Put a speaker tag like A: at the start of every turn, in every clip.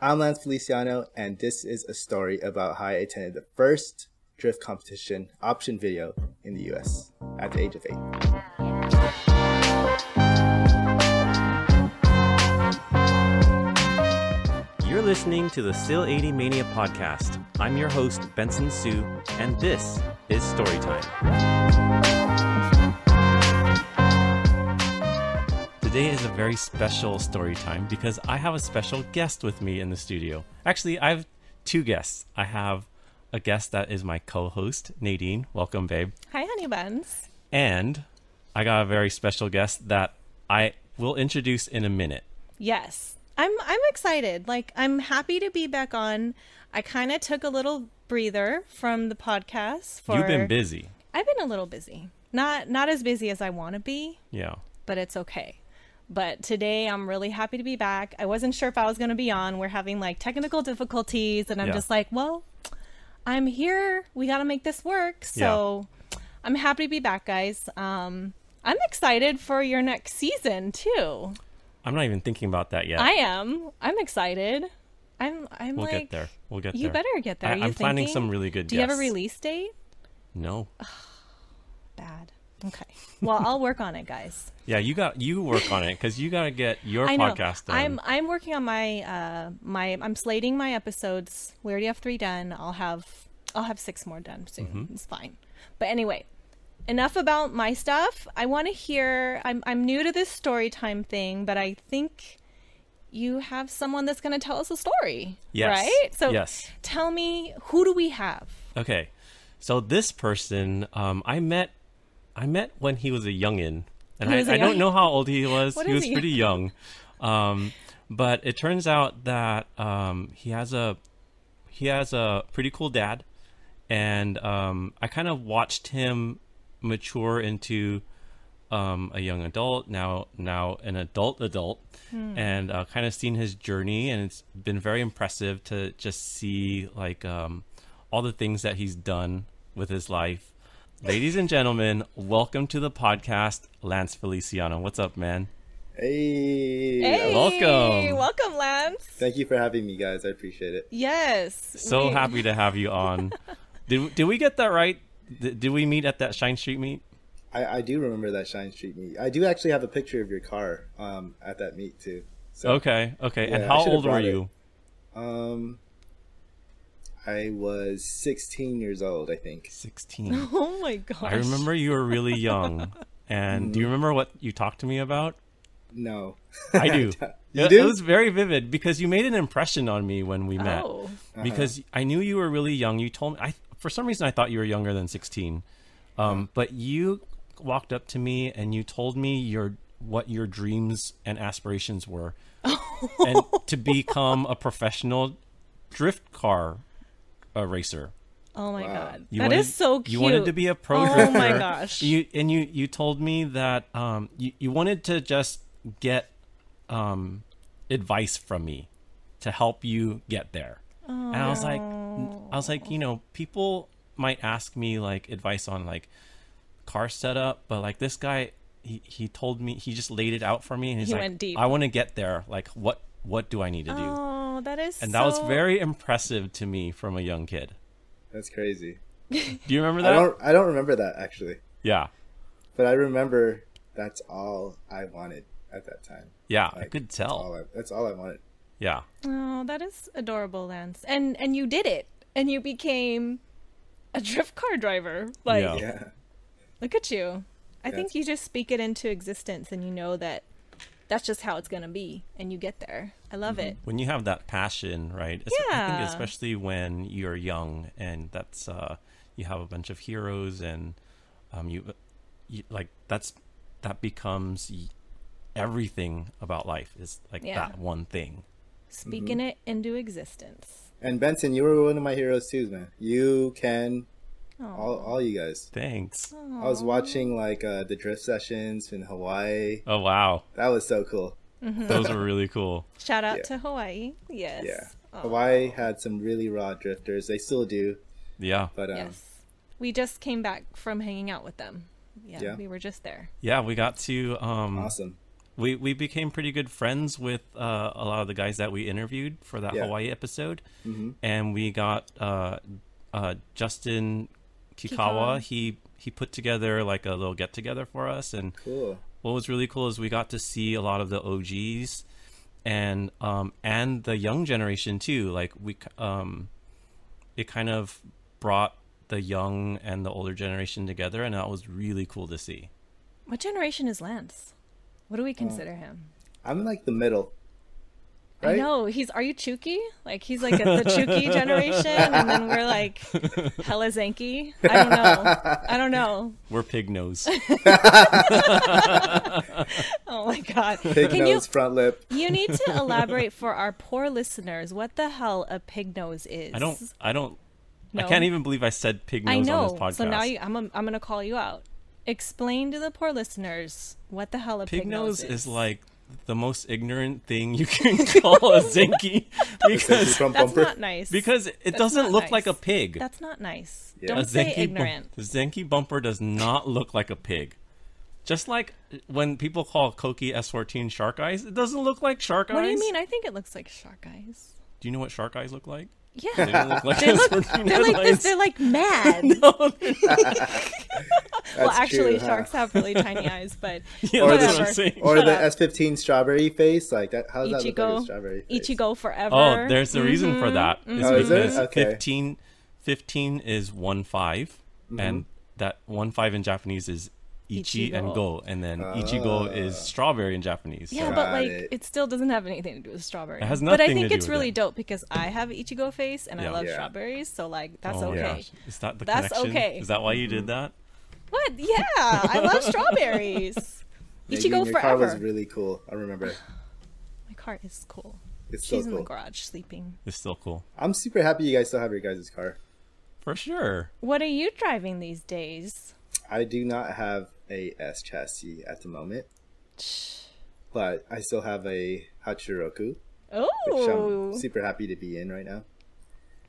A: I'm Lance Feliciano, and this is a story about how I attended the first drift competition option video in the US at the age of eight.
B: You're listening to the Still 80 Mania podcast. I'm your host, Benson Sue, and this is Storytime. Today is a very special story time because I have a special guest with me in the studio. Actually, I have two guests. I have a guest that is my co host, Nadine. Welcome, babe.
C: Hi, honey buns.
B: And I got a very special guest that I will introduce in a minute.
C: Yes, I'm. I'm excited. Like I'm happy to be back on. I kind of took a little breather from the podcast. For
B: You've been busy.
C: I've been a little busy. Not not as busy as I want to be,
B: Yeah.
C: but it's okay. But today I'm really happy to be back. I wasn't sure if I was going to be on. We're having like technical difficulties, and I'm
B: Yeah.
C: just like, well, I'm here. We got to make this work.
B: Yeah.
C: So I'm happy to be back, guys. Um, I'm excited for your next season too.
B: I'm not even thinking about that yet.
C: I am. I'm excited. I'm. I'm
B: We'll
C: like.
B: get there. We'll get
C: You
B: there.
C: better get there.
B: I,
C: Are
B: am
C: you
B: planning
C: thinking?
B: some really good.
C: Do you have a
B: guests.
C: release date?
B: No.
C: Bad. Okay. Well, I'll work on it, guys.
B: Yeah, you got you work on it because you got to get your
C: I know.
B: podcast done.
C: I'm. I'm working on my. Uh, my. I'm slating my episodes. We already have three done. I'll have. I'll have six more done soon.
B: Mm-hmm.
C: It's fine. But anyway, enough about my stuff. I want to hear. I'm. I'm new to this story time thing, but I think you have someone that's going to tell us a story.
B: Yes.
C: Right. So
B: Yes.
C: tell me who do we have?
B: Okay, so this person um, I met, I met when he was a youngin, and
C: He
B: I,
C: was a
B: I don't
C: young-
B: know how old he was.
C: What
B: he
C: is
B: was
C: he?
B: pretty young, um, but it turns out that um, he has a he has a pretty cool dad, and um, I kind of watched him mature into um, a young adult now now an adult adult
C: Hmm.
B: and uh, kind of seen his journey and it's been very impressive to just see like um, all the things that he's done with his life ladies and gentlemen welcome to the podcast lance feliciano what's up man
A: Hey.
C: Hey,
B: welcome.
C: welcome, Lance.
A: Thank you for having me, guys. I appreciate it.
C: Yes,
B: so
C: we-
B: happy to have you on did, did we get that right did, did we meet at that shine street meet
A: I, I do remember that Shine Street meet. I do actually have a picture of your car um, at that meet too. So
B: okay okay and
A: Yeah, I
B: how
A: should've
B: old were
A: brought it.
B: you
A: um, I was 16 years old, I think.
B: 16
C: Oh my gosh.
B: i remember you were really young and
A: Mm-hmm.
B: do you remember what you talked to me about
A: No,
B: I do.
A: You
B: it,
A: do?
B: it was very vivid because you made an impression on me when we met.
C: Oh,
A: Uh-huh.
B: Because I knew you were really young. You told me I for some reason I thought you were younger than 16. Um, but you walked up to me and you told me your what your dreams and aspirations were and to become a professional drift car uh, racer.
C: oh my
A: Wow.
C: god,
B: You
C: that
B: wanted-
C: is so cute.
B: You wanted to be a pro
C: Oh
B: drifter.
C: my gosh.
B: You and you you told me that um you, you wanted to just get um advice from me to help you get there. And I was like I was like, you know, people might ask me like advice on like car setup, but like this guy he, he told me he just laid it out for me and he's
C: He
B: like
C: went deep.
B: I want to get there. Like what what do I need to do?
C: Oh, that is.
B: and that was
C: so-
B: very impressive to me from a young kid.
A: that's crazy.
B: Do you remember
A: I
B: that?
A: don't. I don't remember that actually,
B: Yeah.
A: but I remember that's all I wanted at that time.
B: Yeah, I
A: Like,
B: could
A: All
B: tell.
A: I, that's all I wanted.
B: Yeah.
C: Oh, that is adorable, Lance. And and you did it, and you became a drift car driver. Like,
B: Yeah.
A: Yeah.
C: look at you. I
A: That's-
C: think you just speak it into existence, and you know that that's just how it's gonna be, and you get there. I love it.
B: When you have that passion, right? It's- I
C: Yeah.
B: think especially when you're young and that's uh you have a bunch of heroes and um you, you like that's that becomes y- everything about life is like
C: Yeah.
B: that one thing.
C: Speaking
B: Mm-hmm.
C: it into existence.
A: And Benson, you were one of my heroes too, man. You, Ken, all, all you guys.
B: Thanks.
C: Oh.
A: I was watching like uh, the drift sessions in Hawaii.
B: Oh wow.
A: That was so cool.
B: Those were really cool.
C: Shout out
A: Yeah.
C: to Hawaii. Yes.
A: Yeah.
C: Oh,
A: Hawaii had some really raw drifters. They still do,
B: Yeah.
A: but um,
C: yes. We just came back from hanging out with them. Yeah,
A: Yeah.
C: we were just there.
B: Yeah, we got to um
A: awesome.
B: we we became pretty good friends with uh, a lot of the guys that we interviewed for that
A: Yeah.
B: Hawaii episode,
A: Mm-hmm.
B: and we got uh, uh, Justin Kikawa.
C: Kikawa.
B: He he put together like a little get together for us, and
A: Cool.
B: what was really cool is we got to see a lot of the OGs and um and the young generation too like we k- um it kind of brought the young and the older generation together and that was really cool to see
C: What generation is Lance? What do we consider him?
A: I'm like the middle.
C: I
A: Oh. Right?
C: know he's. Are you Chuki? Like he's like a, the Chuki generation, and then we're like hella Zanky. I don't know. I don't know.
B: we're pig nose
C: Oh my god!
A: Big
C: Can you
A: nose, front lip.
C: you need to elaborate for our poor listeners what the hell a pig nose is?
B: i don't i don't i
C: No.
B: can't even believe i said pig nose
C: I know.
B: on this podcast
C: So now you, I'm i I'm gonna call you out. Explain to the poor listeners what the hell a pig,
B: pig nose
C: is.
B: is like the most ignorant thing you can call a zinky because
A: Front
C: That's
A: bumper.
C: not nice.
B: because it doesn't
C: not
B: look
C: nice.
B: like a pig
C: that's not nice.
A: Yeah.
B: A
C: Don't say
B: Zenki bum-
C: ignorant.
B: the Zenki bumper does not look like a pig. Just like when people call Koki S14 shark eyes, it doesn't look like shark eyes.
C: What do you mean? I think it looks like shark eyes.
B: Do you know what shark eyes look like? They
C: Yeah.
B: don't look like
C: They look-
B: S14
C: They're like this.
B: eyes.
C: They're like mad. well,
A: That's
C: actually,
A: true, huh?
C: sharks have really tiny eyes, but
B: Yeah,
A: Or
B: that's
A: the-
B: what I'm
C: whatever.
B: saying.
A: Or
C: Shut
A: the
C: up.
A: S15 strawberry face. Like that. How does that look like a
C: Ichigo,
A: strawberry face?
C: Ichigo forever. Mm-hmm.
B: oh, there's the reason for that. It's
A: Oh, is there?
B: because
A: Okay.
B: 15, 15 is 1 5,
A: Mm-hmm.
B: and that 1 5 in Japanese is Ichi and
C: Ichigo.
B: Go, and then
A: Ah.
B: Ichigo is strawberry in Japanese. so-
C: Yeah, but
A: Got
C: like
A: it.
C: it. still doesn't have anything to do with strawberry.
B: It has
C: but I
B: nothing to
C: think
B: do
C: it's
B: with
C: really
B: it.
C: dope because I have Ichigo face and
B: Yeah.
C: I love
A: Yeah.
C: strawberries, so like that's
B: Oh my
C: okay.
B: gosh. Is that the
C: That's
B: connection?
C: okay.
B: Is that why you
A: Mm-hmm.
B: did that?
C: What? Yeah, I love strawberries.
A: Yeah, you
C: Ichigo
A: and your car
C: forever.
A: was really cool. I remember.
C: My car is cool.
A: It's so
C: She's in the
A: cool.
C: garage sleeping.
B: It's still cool.
A: I'm super happy you guys still have your guys' car.
B: For sure.
C: What are you driving these days?
A: I do not have a S chassis at the moment, but I still have a Hachiroku, which
C: Oh,
A: I'm super happy to be in right now.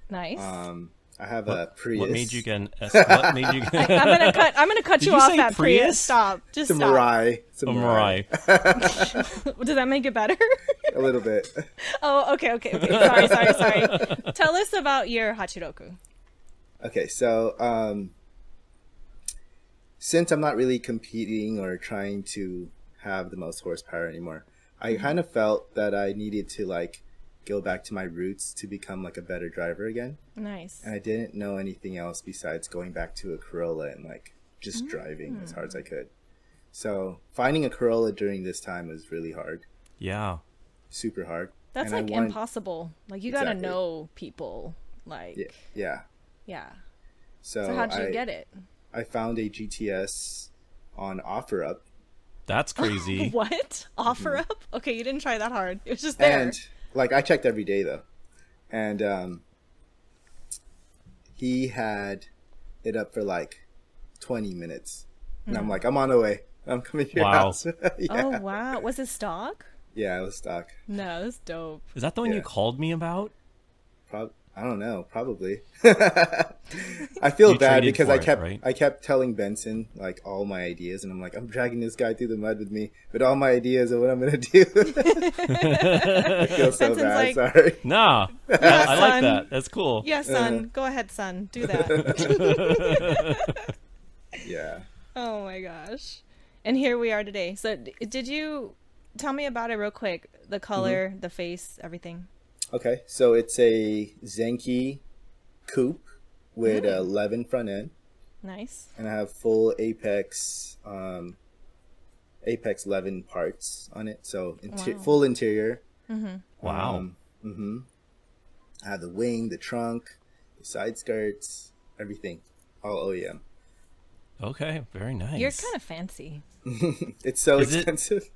C: nice.
A: Um, I have a Prius.
B: What made you get an S? What made you get
C: I'm gonna cut. I'm gonna cut
B: Did
C: you,
B: you
C: off
B: say
C: that Prius.
B: Prius?
C: Stop. Just
A: It's a
C: stop.
A: Mirai. It's a
B: a
A: Mirai.
B: Mirai?
C: Does that make it better?
A: A little bit.
C: oh, okay, okay, okay. Sorry, sorry, sorry. Tell us about your Hachiroku.
A: Okay, so um, since I'm not really competing or trying to have the most horsepower anymore, I kind of felt that I needed to like go back to my roots to become like a better driver again.
C: Nice.
A: and I didn't know anything else besides going back to a Corolla and like
C: Mm.
A: just driving as hard as I could. So finding a Corolla during this time was really hard,
B: Yeah.
A: super hard.
C: That's
A: And I
C: like
A: wanted-
C: impossible. Like you gotta
A: Exactly.
C: know people. Like yeah.
A: Yeah, yeah. So,
C: So how'd you
A: I,
C: get it?
A: I found a GTS on OfferUp,
B: That's crazy.
C: What offer up? Okay, you didn't try that hard. It was just there.
A: and like I checked every day though, and um, he had it up for like twenty minutes, and
C: Mm.
A: I'm like, I'm on the way. I'm coming to your
B: Wow.
A: house. yeah.
C: Oh wow, was it stock?
A: yeah, I was stuck.
C: No, that's dope.
B: Is that the one
A: Yeah.
B: you called me about?
A: Prob- I don't know. Probably. I feel
B: You
A: bad
B: traded
A: because
B: for
A: I
B: it,
A: kept
B: right?
A: I kept telling Benson like all my ideas, and I'm like, I'm dragging this guy through the mud with me with all my ideas of what I'm gonna do. I feel so
C: Benson's
A: bad.
C: like-
A: Sorry.
B: Nah. I, I like
C: son.
B: that. That's cool.
C: Yeah, son. Go ahead, son. Do that.
A: Yeah.
C: oh my gosh. And here we are today. So d- did you tell me about it real quick?
A: Mm-hmm.
C: The color, the face, everything.
A: Okay. So it's a Zenki coupe with
C: Hmm.
A: a 11 front end,
C: Nice.
A: and I have full Apex um, Apex 11 parts on it. So inter-
C: Wow.
A: full interior.
B: Wow.
A: hmm I have the wing, the trunk, the side skirts, everything, all E OEM.
B: okay. Very nice.
C: You're kind of fancy.
A: It's so
B: Is it-
A: expensive.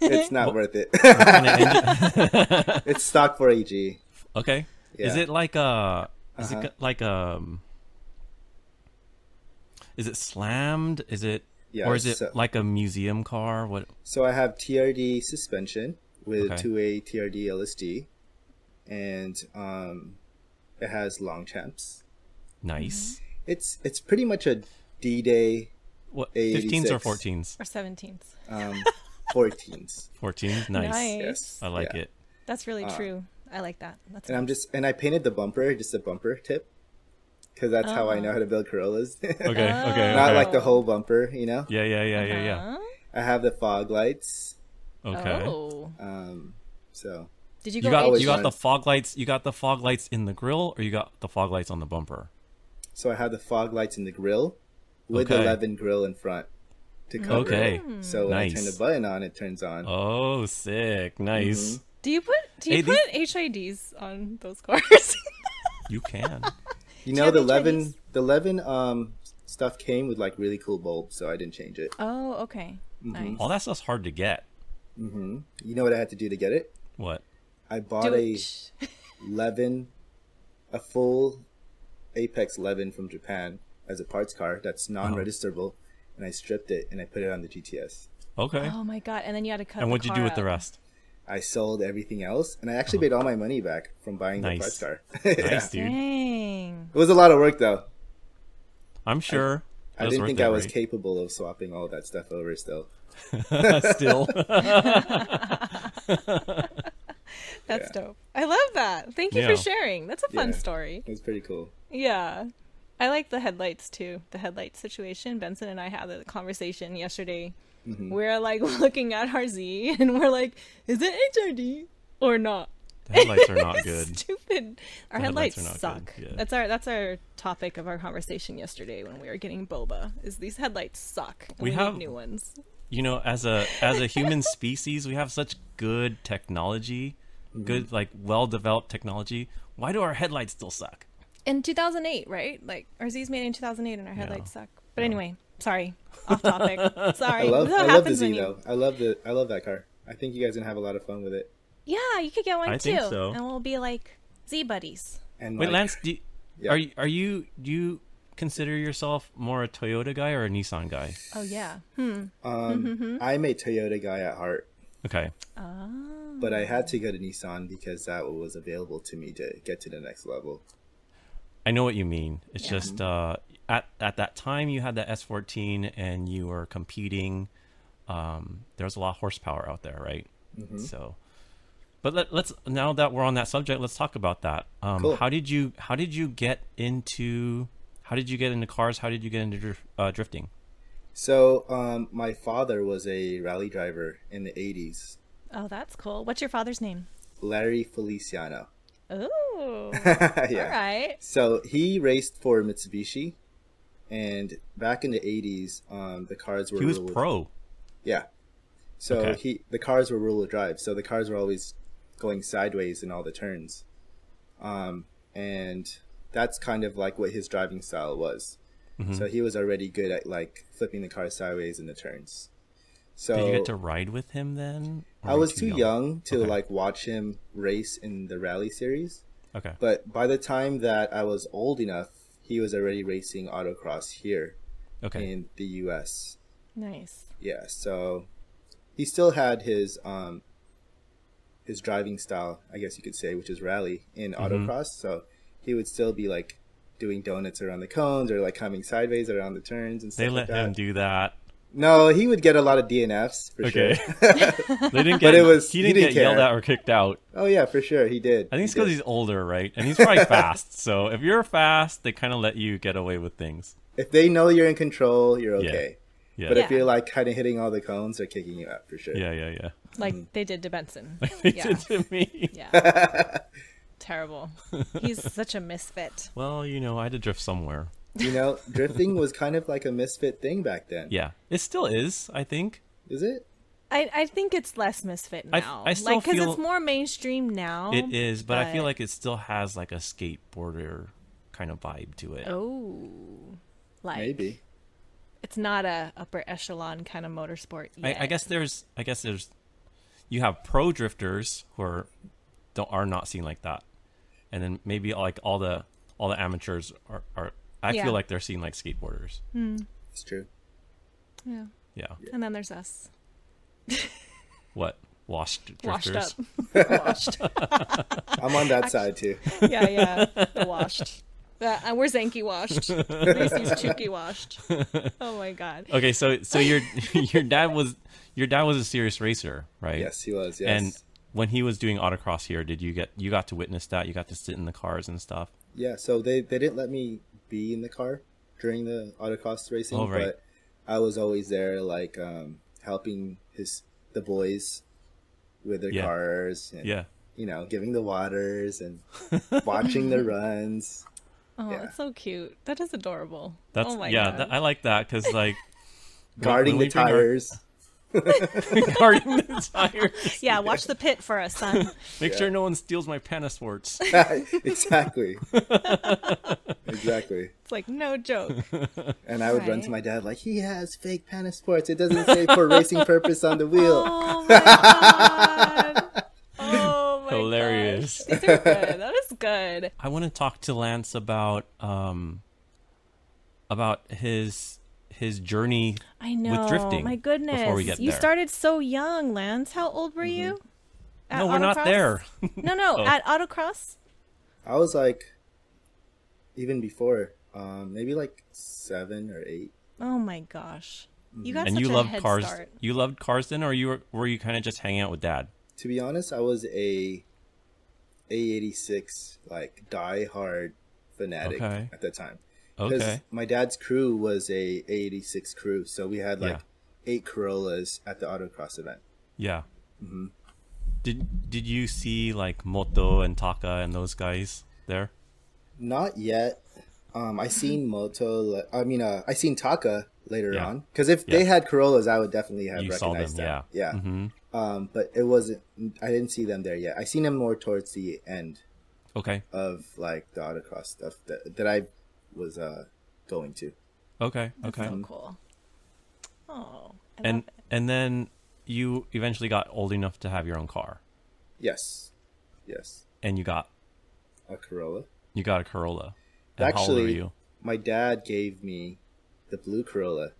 A: it's not worth it. it's stock for AG.
B: okay. Is
A: Yeah.
B: it like a? Is
A: Uh-huh.
B: it like um? Is it slammed? Is it?
A: Yeah,
B: or is it
A: so-
B: like a museum car? What?
A: So I have TRD suspension with
B: Okay.
A: two-way TRD LSD, and um, it has long champs.
B: Nice.
A: It's it's pretty much a D-Day.
B: What?
A: 86.
B: Fifteens or fourteens?
C: Or 17th.
A: Um, 14s.
B: 14. Nice.
C: Nice.
A: Yes.
B: I like
A: Yeah.
B: it.
C: That's really true. I like that. That's
A: Uh, And I'm just and I painted the bumper just a bumper tip, because that's how I know how to build Corollas.
B: Okay.
C: Uh-huh.
B: Okay. okay.
A: Not like the whole bumper, you know.
B: Yeah. Yeah. Yeah. Yeah. Yeah.
C: Huh?
A: I have the fog lights,
B: Okay.
C: Oh.
A: um, so
C: Did you go
B: You got
A: always
B: you
C: HD?
B: got
A: fun.
B: the fog lights. You got the fog lights in the grill, or you got the fog lights on the bumper.
A: so I have the fog lights in the grill, with the
B: Okay.
A: eleven grill in front to cover.
B: Okay.
A: It. So when I turn the
B: Nice.
A: button on, it turns on.
B: Oh, sick! Nice.
A: Mm-hmm.
C: Do you put do
B: Hey,
C: you put HIDs on those cars?
A: Mm-hmm.
B: You can.
A: You
C: you
A: know
C: have
A: the
C: any
A: eleven,
C: Chinese?
A: the eleven um stuff came with like really cool bulbs, so I didn't change it.
C: oh, okay. Nice.
B: All that stuff's hard to get.
A: You know what I had to do to get it?
B: What?
A: I bought
C: Do
A: a
C: it.
A: eleven, a full Apex eleven from Japan as a parts car that's non-registerable, and I stripped it and I put it on the GTS.
B: Okay.
C: Oh my god! And then you had to cut.
B: and
C: the
B: what'd you do
C: car
B: with the
C: up.
B: rest?
A: I sold everything else, and I actually made all my money back from buying
B: Nice.
A: the parts car. Yeah.
B: Nice, dude.
C: Dang.
A: It was a lot of work though.
B: I'm sure.
A: I didn't think I was capable of swapping all that stuff over still.
B: capable. Still.
C: That's dope. I love that. Thank you
B: Yeah.
C: for sharing. That's a fun
A: Yeah.
C: story.
A: It was pretty cool.
C: Yeah. I like the headlights too. The headlight situation. Benson and I had a conversation yesterday.
A: Mm-hmm.
C: We're like looking at our Z and we're like, is it HRD or not?
B: The headlights are not good.
C: Stupid. Our
B: The headlights
C: headlights,
B: are not
C: suck.
B: good, yeah.
C: That's our that's our topic of our conversation yesterday when we were getting boba. Is these headlights suck? and
B: We
C: we
B: have-
C: need new ones.
B: You know, as a as a human species, we have such good technology,
A: Mm-hmm.
B: good like well developed technology. Why do our headlights still suck?
C: in 2008, right? Like our Z's made in 2008, and our headlights suck. But anyway, sorry, off topic.
A: I
C: sorry.
A: love
C: This is
A: I
C: what
A: love the
C: happens
A: Z
C: when you-
A: though. I love the I love that car. I think you guys are gonna have a lot of fun with it.
C: Yeah, you could get one
B: I
C: too,
B: think so.
C: and we'll be like Z buddies.
A: And
B: Wait,
A: like,
B: Lance, do,
A: Yeah.
B: are you are you do you consider yourself more a Toyota guy or a Nissan guy?
C: Oh yeah.
A: um, I'm a Toyota guy at heart,
B: Okay.
A: but I had to go to Nissan because that was available to me to get to the next level.
B: I know what you mean. It's just uh, at at that time you had the S14 and you were competing. Um, there was a lot of horsepower out there, right?
A: Mm-hmm.
B: So, but let, let's now that we're on that subject, let's talk about that. Um,
A: Cool.
B: How did you How did you get into How did you get into cars? How did you get into drif- uh, drifting?
A: So um, my father was a rally driver in the '80s,
C: Oh, that's cool. What's your father's name?
A: Larry Feliciano.
C: Oh,
A: yeah.
C: all right.
A: So he raced for Mitsubishi, and back in the '80s, um, the cars were
B: He was
A: ruled-
B: pro.
A: Yeah. So
B: Okay.
A: he the cars were rule of drive, so the cars were always going sideways in all the turns, um, and that's kind of like what his driving style was.
B: Mm-hmm.
A: So he was already good at like flipping the car sideways in the turns. So
B: Did you get to ride with him then? Or
A: I
B: were you
A: was too young, to
B: Okay.
A: like watch him race in the rally series,
B: Okay.
A: but by the time that I was old enough, he was already racing autocross here
B: Okay.
A: in the U.S.
C: Nice.
A: Yeah, so he still had his um his driving style, I guess you could say, which is rally in
B: Mm-hmm.
A: autocross. So he would still be like doing donuts around the cones or like coming sideways around the turns and stuff.
B: They let
A: like that.
B: him do that.
A: No, he would get a lot of DNFs for
B: Okay.
A: sure.
B: they didn't get.
A: it was-
B: he
A: he
B: didn't,
A: didn't
B: get yelled
A: care.
B: at or kicked out.
A: Oh yeah, for sure he did.
B: I think it's
A: He
B: because
A: did.
B: he's older, right? And he's probably fast. So if you're fast, they kind of let you get away with things.
A: if they know you're in control, you're
B: Yeah.
A: okay.
B: Yeah.
A: But if
C: Yeah.
A: you're like kind of hitting all the cones, they're kicking you out for sure.
B: yeah, yeah, yeah.
C: Like they did to Benson.
B: They
C: yeah.
B: did to me.
C: Yeah. Terrible. He's such a misfit.
B: Well, you know, I had to drift somewhere.
A: You know, drifting was kind of like a misfit thing back then.
B: Yeah, it still is. I think.
A: Is it?
C: I, I think it's less misfit
B: I-
C: now.
B: I still
C: like because
B: feel-
C: it's more mainstream now.
B: It is, but I feel
C: Oh, but-
B: like it still has like a skateboarder kind of vibe to it.
C: Oh, like
A: Maybe.
C: it's not a upper echelon kind of motorsport. Yet.
B: I, I guess there's. I guess there's. You have pro drifters who are don't are not seen like that, and then maybe like all the all the amateurs are. are I
C: Yeah. Hmm.
B: feel like they're seen like skateboarders.
A: It's true.
C: Yeah.
B: Yeah.
C: And then there's us,
B: What washed drifters?
C: washed up, washed.
A: I'm on that side too.
C: Yeah, yeah, the washed. Uh, and we're Zanky washed. Macy's Chuki washed. Oh my god.
B: Okay, so so your your dad was your dad was a serious racer, right?
A: Yes, he was. Yes.
B: And when he was doing autocross here, did you get you got to witness that? You got to sit in the cars and stuff.
A: Yeah, so they, they didn't let me be in the car during the autocross racing,
B: Oh, right.
A: but I was always there, like um, helping his the boys with their
B: Yeah.
A: cars, and,
B: Yeah.
A: you know, giving the waters and watching the runs.
C: Oh,
A: Yeah.
C: it's so cute. That is adorable.
B: That's
C: oh my
B: yeah.
C: god.
B: That, I like that because like
A: guarding
B: when
A: the
B: we bring our-
A: tires.
B: guarding the tires.
C: yeah, watch the pit for us, son.
B: Make sure no one steals my Panasports.
A: exactly. exactly.
C: It's like no joke.
A: And I would run to
C: Right.
A: my dad like, he has fake Panasports. It doesn't say for racing purpose on the wheel.
C: Oh my god. Oh my
B: Hilarious.
C: gosh. These are good. That was good.
B: I want to talk to Lance about um about his his journey.
C: I know.
B: drifting, before
C: My
B: we
C: goodness.
B: get
C: you
B: there. Mm-hmm.
C: started so young, Lance. How old were you? At
B: no, we're not
C: autocross?
B: there.
C: No, no,
B: Oh.
C: at autocross.
A: I was like, even before, um, maybe like seven or eight.
C: Oh my gosh. You got
B: and
C: such
B: you
C: a
B: loved
C: head
B: cars.
C: start.
B: You loved cars then, or you were were you kind of just hanging out with dad?
A: To be honest, I was a A86 like die-hard fanatic
B: Okay.
A: at that time.
B: Okay.
A: my dad's crew was a A86 crew, so we had like
B: Yeah.
A: eight Corollas at the autocross event.
B: Yeah.
A: Mm-hmm.
B: Did Did you see like Moto and Taka and those guys there?
A: Not yet. Um, I seen Moto. le- I mean, uh, I seen Taka later
B: Yeah.
A: on because if they
B: Yeah.
A: had Corollas, I would definitely have
B: You saw
A: recognized
B: them,
A: that.
B: yeah. Mm-hmm.
A: Yeah. Um, but it wasn't. I didn't see them there yet. I seen them more towards the end
B: Okay.
A: of like the autocross stuff that that I was uh going to.
B: Okay. Okay.
C: So cool. Oh. I
B: and
C: love it.
B: and then you eventually got old enough to have your own car,
A: Yes. Yes.
B: and you got
A: A Corolla.
B: you got a Corolla. And how old were
A: Actually-
B: you?
A: My dad gave me the blue Corolla.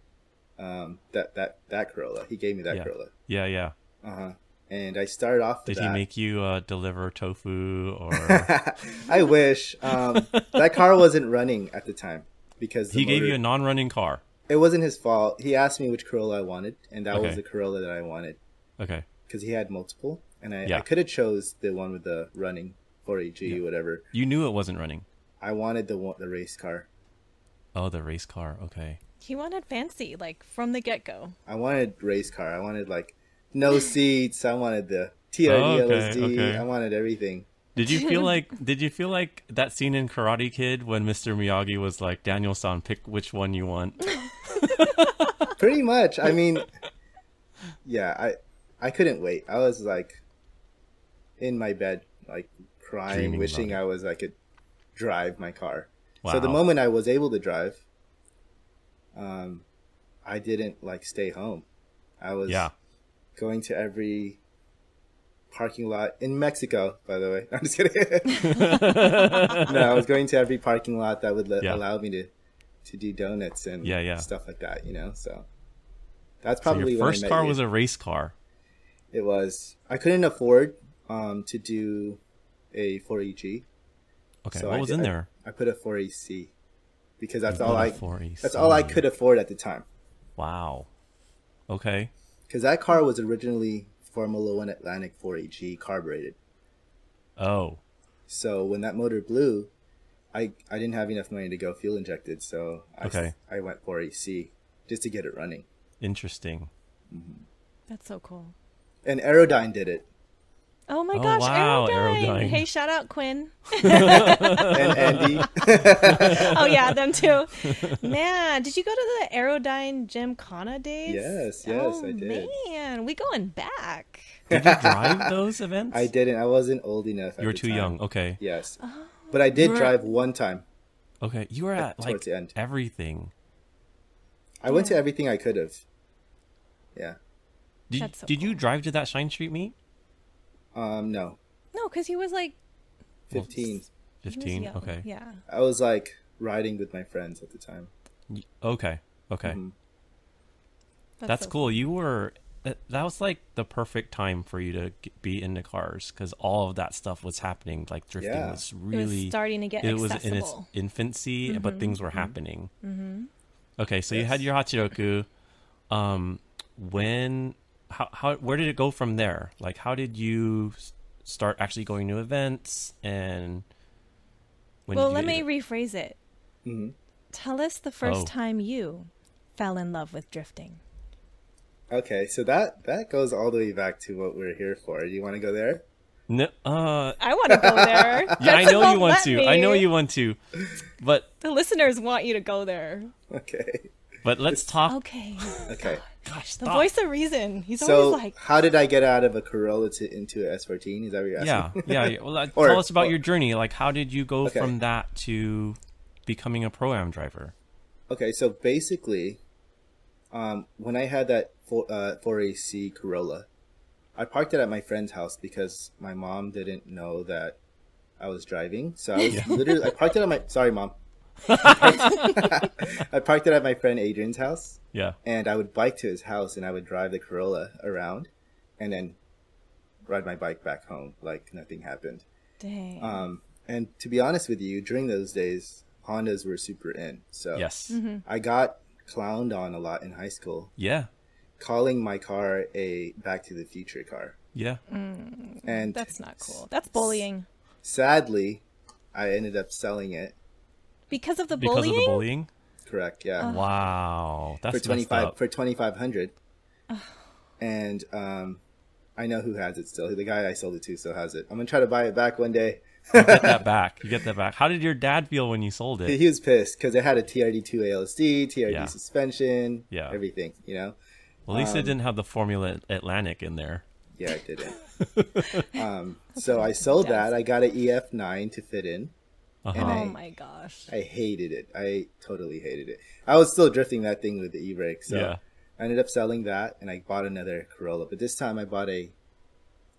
A: Um, that that that Corolla. He gave me that
B: Yeah.
A: Corolla.
B: Yeah, yeah.
A: Uh huh. And I started off.
B: Did
A: with
B: he
A: that.
B: make you uh, deliver tofu or
A: I wish um, that car wasn't running at the time because the
B: he gave
A: motor-
B: you a non-running car?
A: It wasn't his fault. He asked me which Corolla I wanted, and that was
B: Okay.
A: the Corolla that I wanted
B: Okay.
A: because he had multiple, and I,
B: Yeah.
A: I could have chose the one with the running 4AG whatever.
B: You knew it wasn't running.
A: I wanted the one, the race car.
B: Oh, the race car. Okay.
C: he wanted fancy, like from the get go.
A: I wanted race car. I wanted like no seats. I wanted the TRD
B: Okay,
A: LSD.
B: Oh, okay.
A: I wanted everything.
B: Did you feel like did you feel like that scene in Karate Kid when Mr. Miyagi was like, "Daniel-san, pick which one you want."
A: Pretty much. I mean, yeah. I I couldn't wait. I was like in my bed, like crying,
B: Dreaming
A: wishing
B: about
A: I was I could drive my car.
B: Wow.
A: So the moment I was able to drive, um, I didn't like stay home. I was
B: Yeah.
A: going to every parking lot in Mexico, by the way. I'm just kidding. no, I was going to every parking lot that would let,
B: Yeah.
A: allow me to, to do donuts and
B: Yeah, yeah.
A: stuff like that, you know? So that's
B: So
A: probably
B: your
A: when I
B: first
A: met
B: car
A: you.
B: was a race car.
A: It was. I couldn't afford um, to do a 4EG.
B: Okay.
A: So
B: what
A: I
B: was
A: did-
B: in
A: I-
B: there?
A: I put a 4EC because that's
B: You
A: all
B: put a E
A: I
B: 4EC.
A: that's all I could afford at the time.
B: Wow. Okay.
A: Because that car was originally Formula One Atlantic 4AG carbureted.
B: Oh.
A: So when that motor blew, I I didn't have enough money to go fuel injected, so I, s-
B: Okay.
A: I went 4AC just to get it running.
B: Interesting.
C: That's so cool.
A: And Aerodyne did it,
C: Oh my
B: Oh,
C: gosh,
B: wow,
C: Aerodyne.
B: Aerodyne.
C: Hey, shout out Quinn.
A: and Andy.
C: oh yeah, them too. Man, did you go to the Aerodyne Gymkhana days?
A: Yes, yes,
C: oh,
A: I did.
C: Man, we going back.
B: Did you drive those events?
A: I didn't. I wasn't old enough. at
B: You were
A: the
B: too
A: time.
B: young. Okay.
A: Yes, but I did
B: You were-
A: drive one time.
B: Okay. You were at like
A: towards the end.
B: everything.
A: I went to everything I could have. Yeah.
B: Did,
C: That's so
B: did you
C: cool.
B: drive to that Shine Street meet?
A: Um. No.
C: No, because he was like
A: Fifteen.
C: he was
B: 15.
C: young.
B: Okay.
C: Yeah.
A: I was like riding with my friends at the time.
B: Y- Okay. Okay.
A: Mhm.
B: That's
C: so
B: cool. You were that, that was like the perfect time for you to g be into cars cuz all of that stuff was happening like drifting
A: Yeah.
B: was
C: It was
B: really
C: starting to get
B: it was in
C: accessible. Mm-hmm.
B: its infancy but things were happening. Mhm. Okay, so you had
A: Yes.
B: your Hachiroku um when how, how where did it go from there? Like, how did you s- start actually going to events and? When
C: well,
B: did you
C: let
B: get
C: me
B: into-
C: rephrase it.
A: Mhm.
C: Tell us the first
B: Oh.
C: time you fell in love with drifting.
A: Okay, so that that goes all the way back to what we're here for. You want to go there?
B: No, uh,
C: I want to go there.
B: yeah, I
C: Jessica
B: know you
C: won't
B: want
C: let
B: to. I know
C: me.
B: you want to, but
C: The listeners want you to go there.
A: Okay.
B: but let's talk.
C: Okay.
A: Okay.
B: Gosh,
C: The
B: stop.
C: voice of reason. He's
A: So,
C: always like,
A: how did I get out of a Corolla to into an S14? Is that what you're
B: Yeah,
A: asking?
B: yeah. yeah. Well, like,
A: Or-
B: tell us about
A: or-
B: your journey. Like, how did you go
A: Okay.
B: from that to becoming a pro am driver?
A: okay, so basically, um, when I had that four, uh, 4AC Corolla, I parked it at my friend's house because my mom didn't know that I was driving. So I was literally, I parked it at my, sorry, mom. I parked it at my friend Adrian's house.
B: Yeah.
A: and I would bike to his house and I would drive the Corolla around and then ride my bike back home like nothing happened.
C: dang.
A: Um, and to be honest with you, during those days, Hondas were super in. So
B: Yes.
C: Mm-hmm.
A: I got clowned on a lot in high school,
B: Yeah.
A: calling my car a Back to the Future car.
B: Yeah.
C: Mm-hmm.
A: And
C: That's not cool. That's bullying.
A: sadly, I ended up selling it.
C: Because of the
B: Because
C: bullying? Uh-huh.
B: of the bullying.
A: Correct.
B: Uh-huh.
A: Yeah.
B: Wow. That's
A: for
B: messed
A: twenty five
B: up.
A: for twenty five hundred. And um, I know who has it still. The guy I sold it to still has it. I'm gonna try to buy it back one day.
B: get that back. You get that back. How did your dad feel when you sold it?
A: He was pissed because it had a TRD2 ALSD, TRD
B: Yeah.
A: suspension,
B: Yeah.
A: everything. You know,
B: Well, at least
A: Um,
B: it didn't have the Formula Atlantic in there.
A: yeah, it didn't. um, so I sold that. I got an EF9 to fit in.
B: Uh-huh.
A: And
C: Oh
A: I,
C: my gosh.
A: I hated it. I totally hated it. I was still drifting that thing with the e-brake, so
B: Yeah.
A: I ended up selling that and I bought another Corolla. But this time I bought a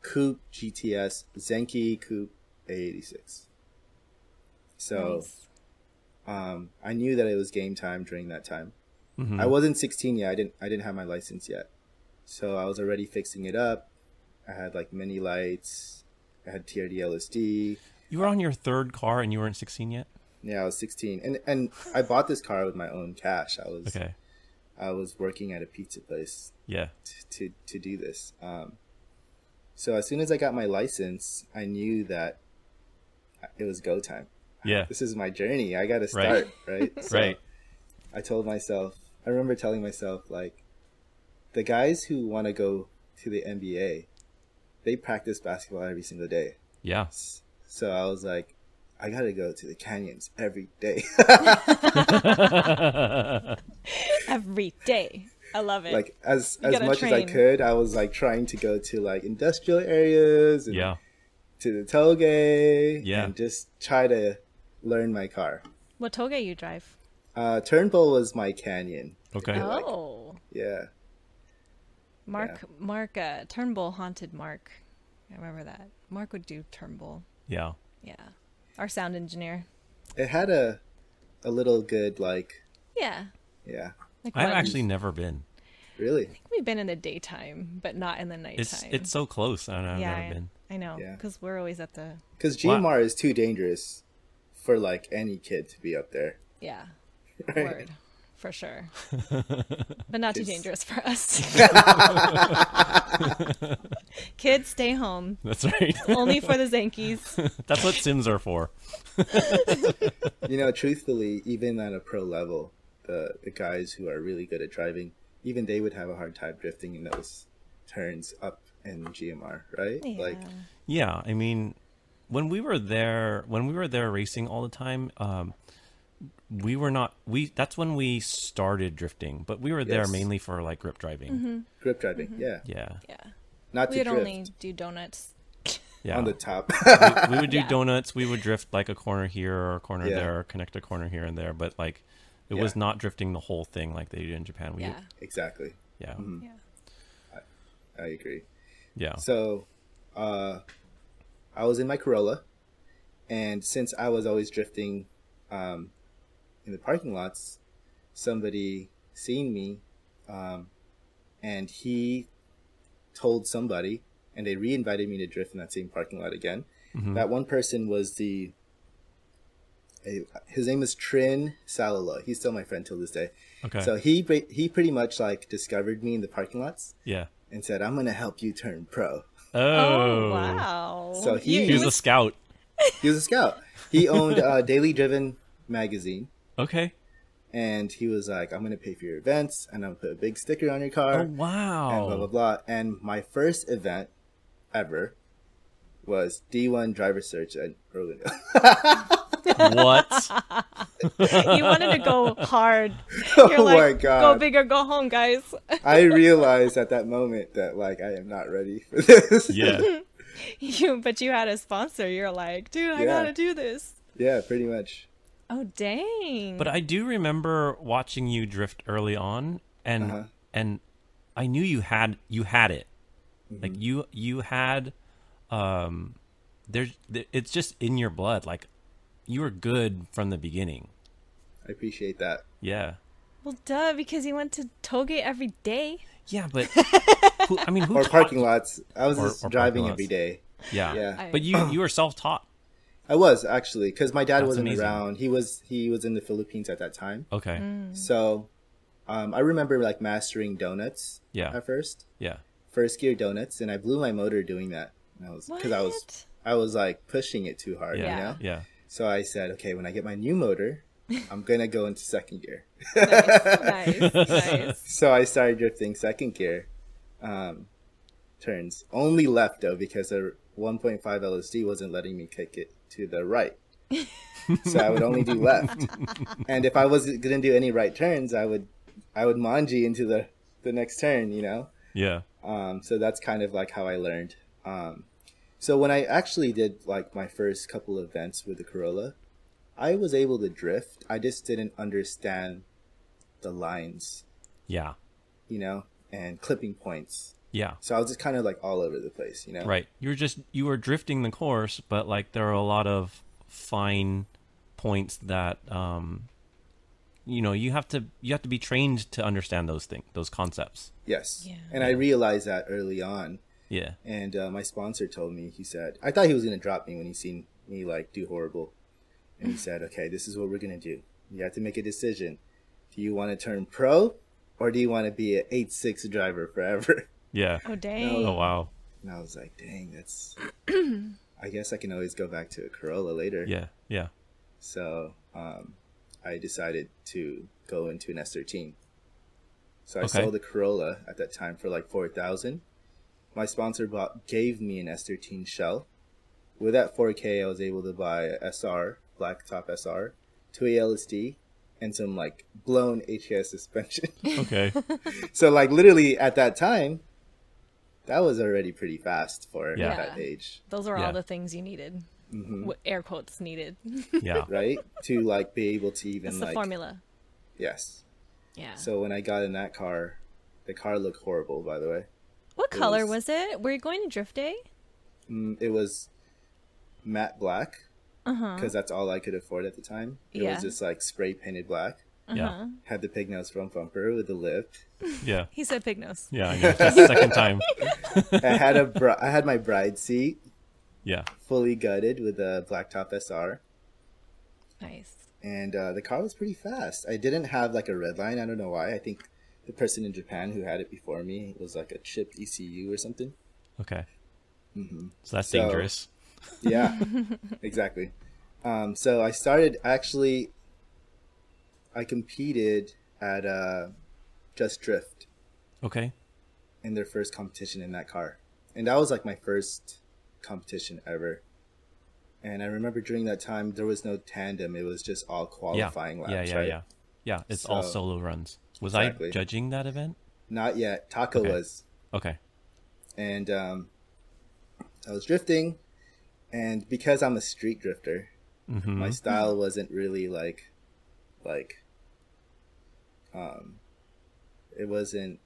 A: Coupe GTS Zenki Coupe A86. So
C: Nice.
A: um, I knew that it was game time during that time.
B: Mm-hmm.
A: I wasn't 16 yet. I didn't. I didn't have my license yet, so I was already fixing it up. I had like mini lights. I had TRD LSD.
B: You were on your third car and you weren't 16 yet?
A: Yeah, I was 16, and and I bought this car with my own cash. I was
B: Okay.
A: I was working at a pizza place
B: Yeah.
A: t- to to do this. Um, so as soon as I got my license, I knew that it was go time.
B: Yeah.
A: This uh, is my journey. I got to
B: Right.
A: start right. So
B: Right.
A: I told myself. I remember telling myself like, the guys who want to go to the NBA, they practice basketball every single day.
B: Yeah.
A: So I was like, I got to go to the canyons every day.
C: Every day. I love it.
A: like as
C: You
A: as
C: gotta
A: much as I
C: train.
A: could, I was like trying to go to like industrial areas and
B: Yeah.
A: to the tollgate
B: Yeah.
A: and just try to learn my car.
C: what toge you drive?
A: Uh, Turnbull was my canyon.
B: Okay.
A: like-
C: Oh.
A: Yeah.
C: Mark, Mark, uh, Turnbull haunted Mark. I remember that. Mark would do Turnbull.
B: Yeah.
C: Yeah. Our sound engineer.
A: It had a a little good like
C: Yeah.
A: yeah.
C: Like
B: I've
C: one-
B: actually never been.
A: Really.
C: We've been in the daytime, but not in the nighttime.
B: It's it's so close and I've
C: yeah,
B: never
C: I,
B: been.
C: I know,
A: Yeah.
C: because we're always at the
A: Cuz
B: Wow.
A: GMR is too dangerous for like any kid to be up there.
C: yeah word for sure, but not too
A: It's-
C: dangerous for us. Kids, stay home.
B: That's right.
C: Only for the Zankies.
B: That's what Sims are for.
A: You know, truthfully, even at a pro level, the the guys who are really good at driving, even they would have a hard time drifting in those turns up in GMR, right?
C: Yeah.
A: Like
B: Yeah, I mean, when we were there, when we were there racing all the time, um, we were not we. That's when we started drifting, but we were there
A: Yes.
B: mainly for like grip driving.
C: Mm-hmm.
A: grip driving, yeah.
B: Yeah,
C: yeah,
A: Not
C: we
A: to
C: would
A: drift
C: only do donuts.
B: yeah.
A: on the top.
B: we would do
C: Yeah.
B: donuts. We would drift like a corner here or a corner
A: Yeah.
B: there, connect a corner here and there. But like, it
A: Yeah.
B: was not drifting the whole thing like they did in Japan. We,
C: Yeah,
A: exactly.
B: yeah,
C: yeah.
A: I agree.
B: yeah.
A: Mm-hmm. So, uh, I was in my Corolla, and since I was always drifting um, in the parking lots, somebody seen me, um, and he told somebody, and they re-invited me to drift in that same parking lot again. That one person was the. a- His name is Trin Salala. He's still my friend till this day.
B: okay,
A: So he ba- he pretty much like discovered me in the parking lots
B: yeah,
A: and said, "I'm gonna help you turn pro."
B: Oh,
C: Oh, wow.
A: So he-
B: He was a scout.
A: He was a scout. He owned uh, Daily Driven magazine,
B: Okay.
A: and he was like, "I'm gonna pay for your events, and I'm gonna put a big sticker on your car."
B: Oh wow.
A: and blah blah blah. And my first event ever was D1 driver search at Orlando.
B: What?
C: you wanted to go hard. You're
A: oh
C: like,
A: my
C: go
A: god!
C: big or go home, guys.
A: I realized at that moment that like I am not ready for this.
B: yeah.
C: you, but you had a sponsor. You're like, dude, I
A: Yeah.
C: gotta do this.
A: yeah, pretty much.
C: Oh dang!
A: Mm.
B: But I do remember watching you drift early on and
A: Uh-huh.
B: and I knew you had you had it. Like
A: Mm-hmm.
B: you you had um there's th- it's just in your blood like you were good from the beginning.
A: I appreciate that.
B: Yeah.
C: well, duh, because you went to Toge every day.
B: Yeah, but who, I mean who
A: Or
B: taught
A: parking
B: you?
A: lots. I was
B: Or-
A: just
B: or parking
A: driving
B: lots.
A: every day.
B: Yeah.
A: Yeah.
B: But you you were self-taught.
A: I was actually because my dad
B: That's
A: wasn't
B: amazing.
A: around. He was he was in the Philippines at that time.
B: Okay.
A: Mm. So, um, I remember like mastering donuts.
B: Yeah.
A: At first,
B: Yeah.
A: first gear donuts, and I blew my motor doing that. And I was because I was
C: What?
A: I was like pushing it too hard,
B: Yeah.
A: you
C: Yeah.
A: know.
B: Yeah.
A: So I said, okay, when I get my new motor, I'm gonna go into second gear.
C: nice, nice.
A: So I started drifting second gear, um, turns only left though because the 1.5 LSD wasn't letting me kick it to the right. so I would only do left, and if I wasn't gonna do any right turns, I would, I would manji into the the next turn, you know.
B: Yeah.
A: Um, so that's kind of like how I learned. Um, so when I actually did like my first couple of events with the Corolla, I was able to drift. I just didn't understand the lines,
B: Yeah.
A: you know, and clipping points.
B: Yeah.
A: So I was just kind of like all over the place, you know.
B: Right. You were just you were drifting the course, but like there are a lot of fine points that um you know, you have to you have to be trained to understand those things, those concepts.
A: Yes.
C: Yeah.
A: And I realized that early on.
B: Yeah.
A: And uh, my sponsor told me, he said, I thought he was going to drop me when he seen me like do horrible. And he said, okay, this is what we're going to do. You have to make a decision. Do you want to turn pro or do you want to be an 8-6 driver forever?
B: Yeah.
C: Oh dang!
B: Oh wow.
A: And I was like, dang, that's, I guess I can always go back to a Corolla later.
B: Yeah. Yeah.
A: So um, I decided to go into an S13. So I
B: Okay.
A: sold the Corolla at that time for like four thousand. My sponsor bought gave me an S13 shell. With that 4K, I was able to buy a SR, blacktop SR, two LSD, and some like blown HKS suspension.
B: Okay.
A: so like literally at that time, that was already pretty fast for
B: Yeah.
A: that age,
C: Those are
B: Yeah.
C: all the things you needed.
A: Mm-hmm.
C: W- air quotes needed.
B: yeah.
A: right? to like be able to even
C: That's the
A: like
C: formula.
A: yes,
C: Yeah.
A: So when I got in that car, the car looked horrible. By the way,
C: what color
A: was-
C: was it? Were you going to drift day?
A: Mm, it was matte black because that's all I could afford at the time. It
C: Yeah.
A: was just like spray painted black.
B: Yeah.
A: Had the pig nose front bumper with the lip.
B: Yeah.
C: He said pig nose.
B: Yeah. yeah. That's the second time.
A: I had a bri- I had my bride seat
B: Yeah.
A: fully gutted with a blacktop SR,
C: Nice.
A: and uh, the car was pretty fast. I didn't have like a red line. I don't know why. I think the person in Japan who had it before me was like a chipped ECU or something.
B: Okay. So that's
A: Mm-hmm. So-
B: dangerous.
A: Yeah, exactly. Um, so I started actually. I competed at uh, Just Drift
B: Okay.
A: in their first competition in that car, and that was like my first competition ever. And I remember during that time there was no tandem; it was just all
B: Yeah.
A: qualifying laps.
B: yeah. Yeah.
A: right?
B: Yeah. Yeah. It's all
A: So-
B: solo runs. Was I
A: Exactly.
B: judging that event?
A: Not yet. Taco
B: Okay.
A: was,
B: Okay.
A: and um, I was drifting, and because I'm a street drifter,
B: Mm-hmm.
A: my style wasn't really like like um it wasn't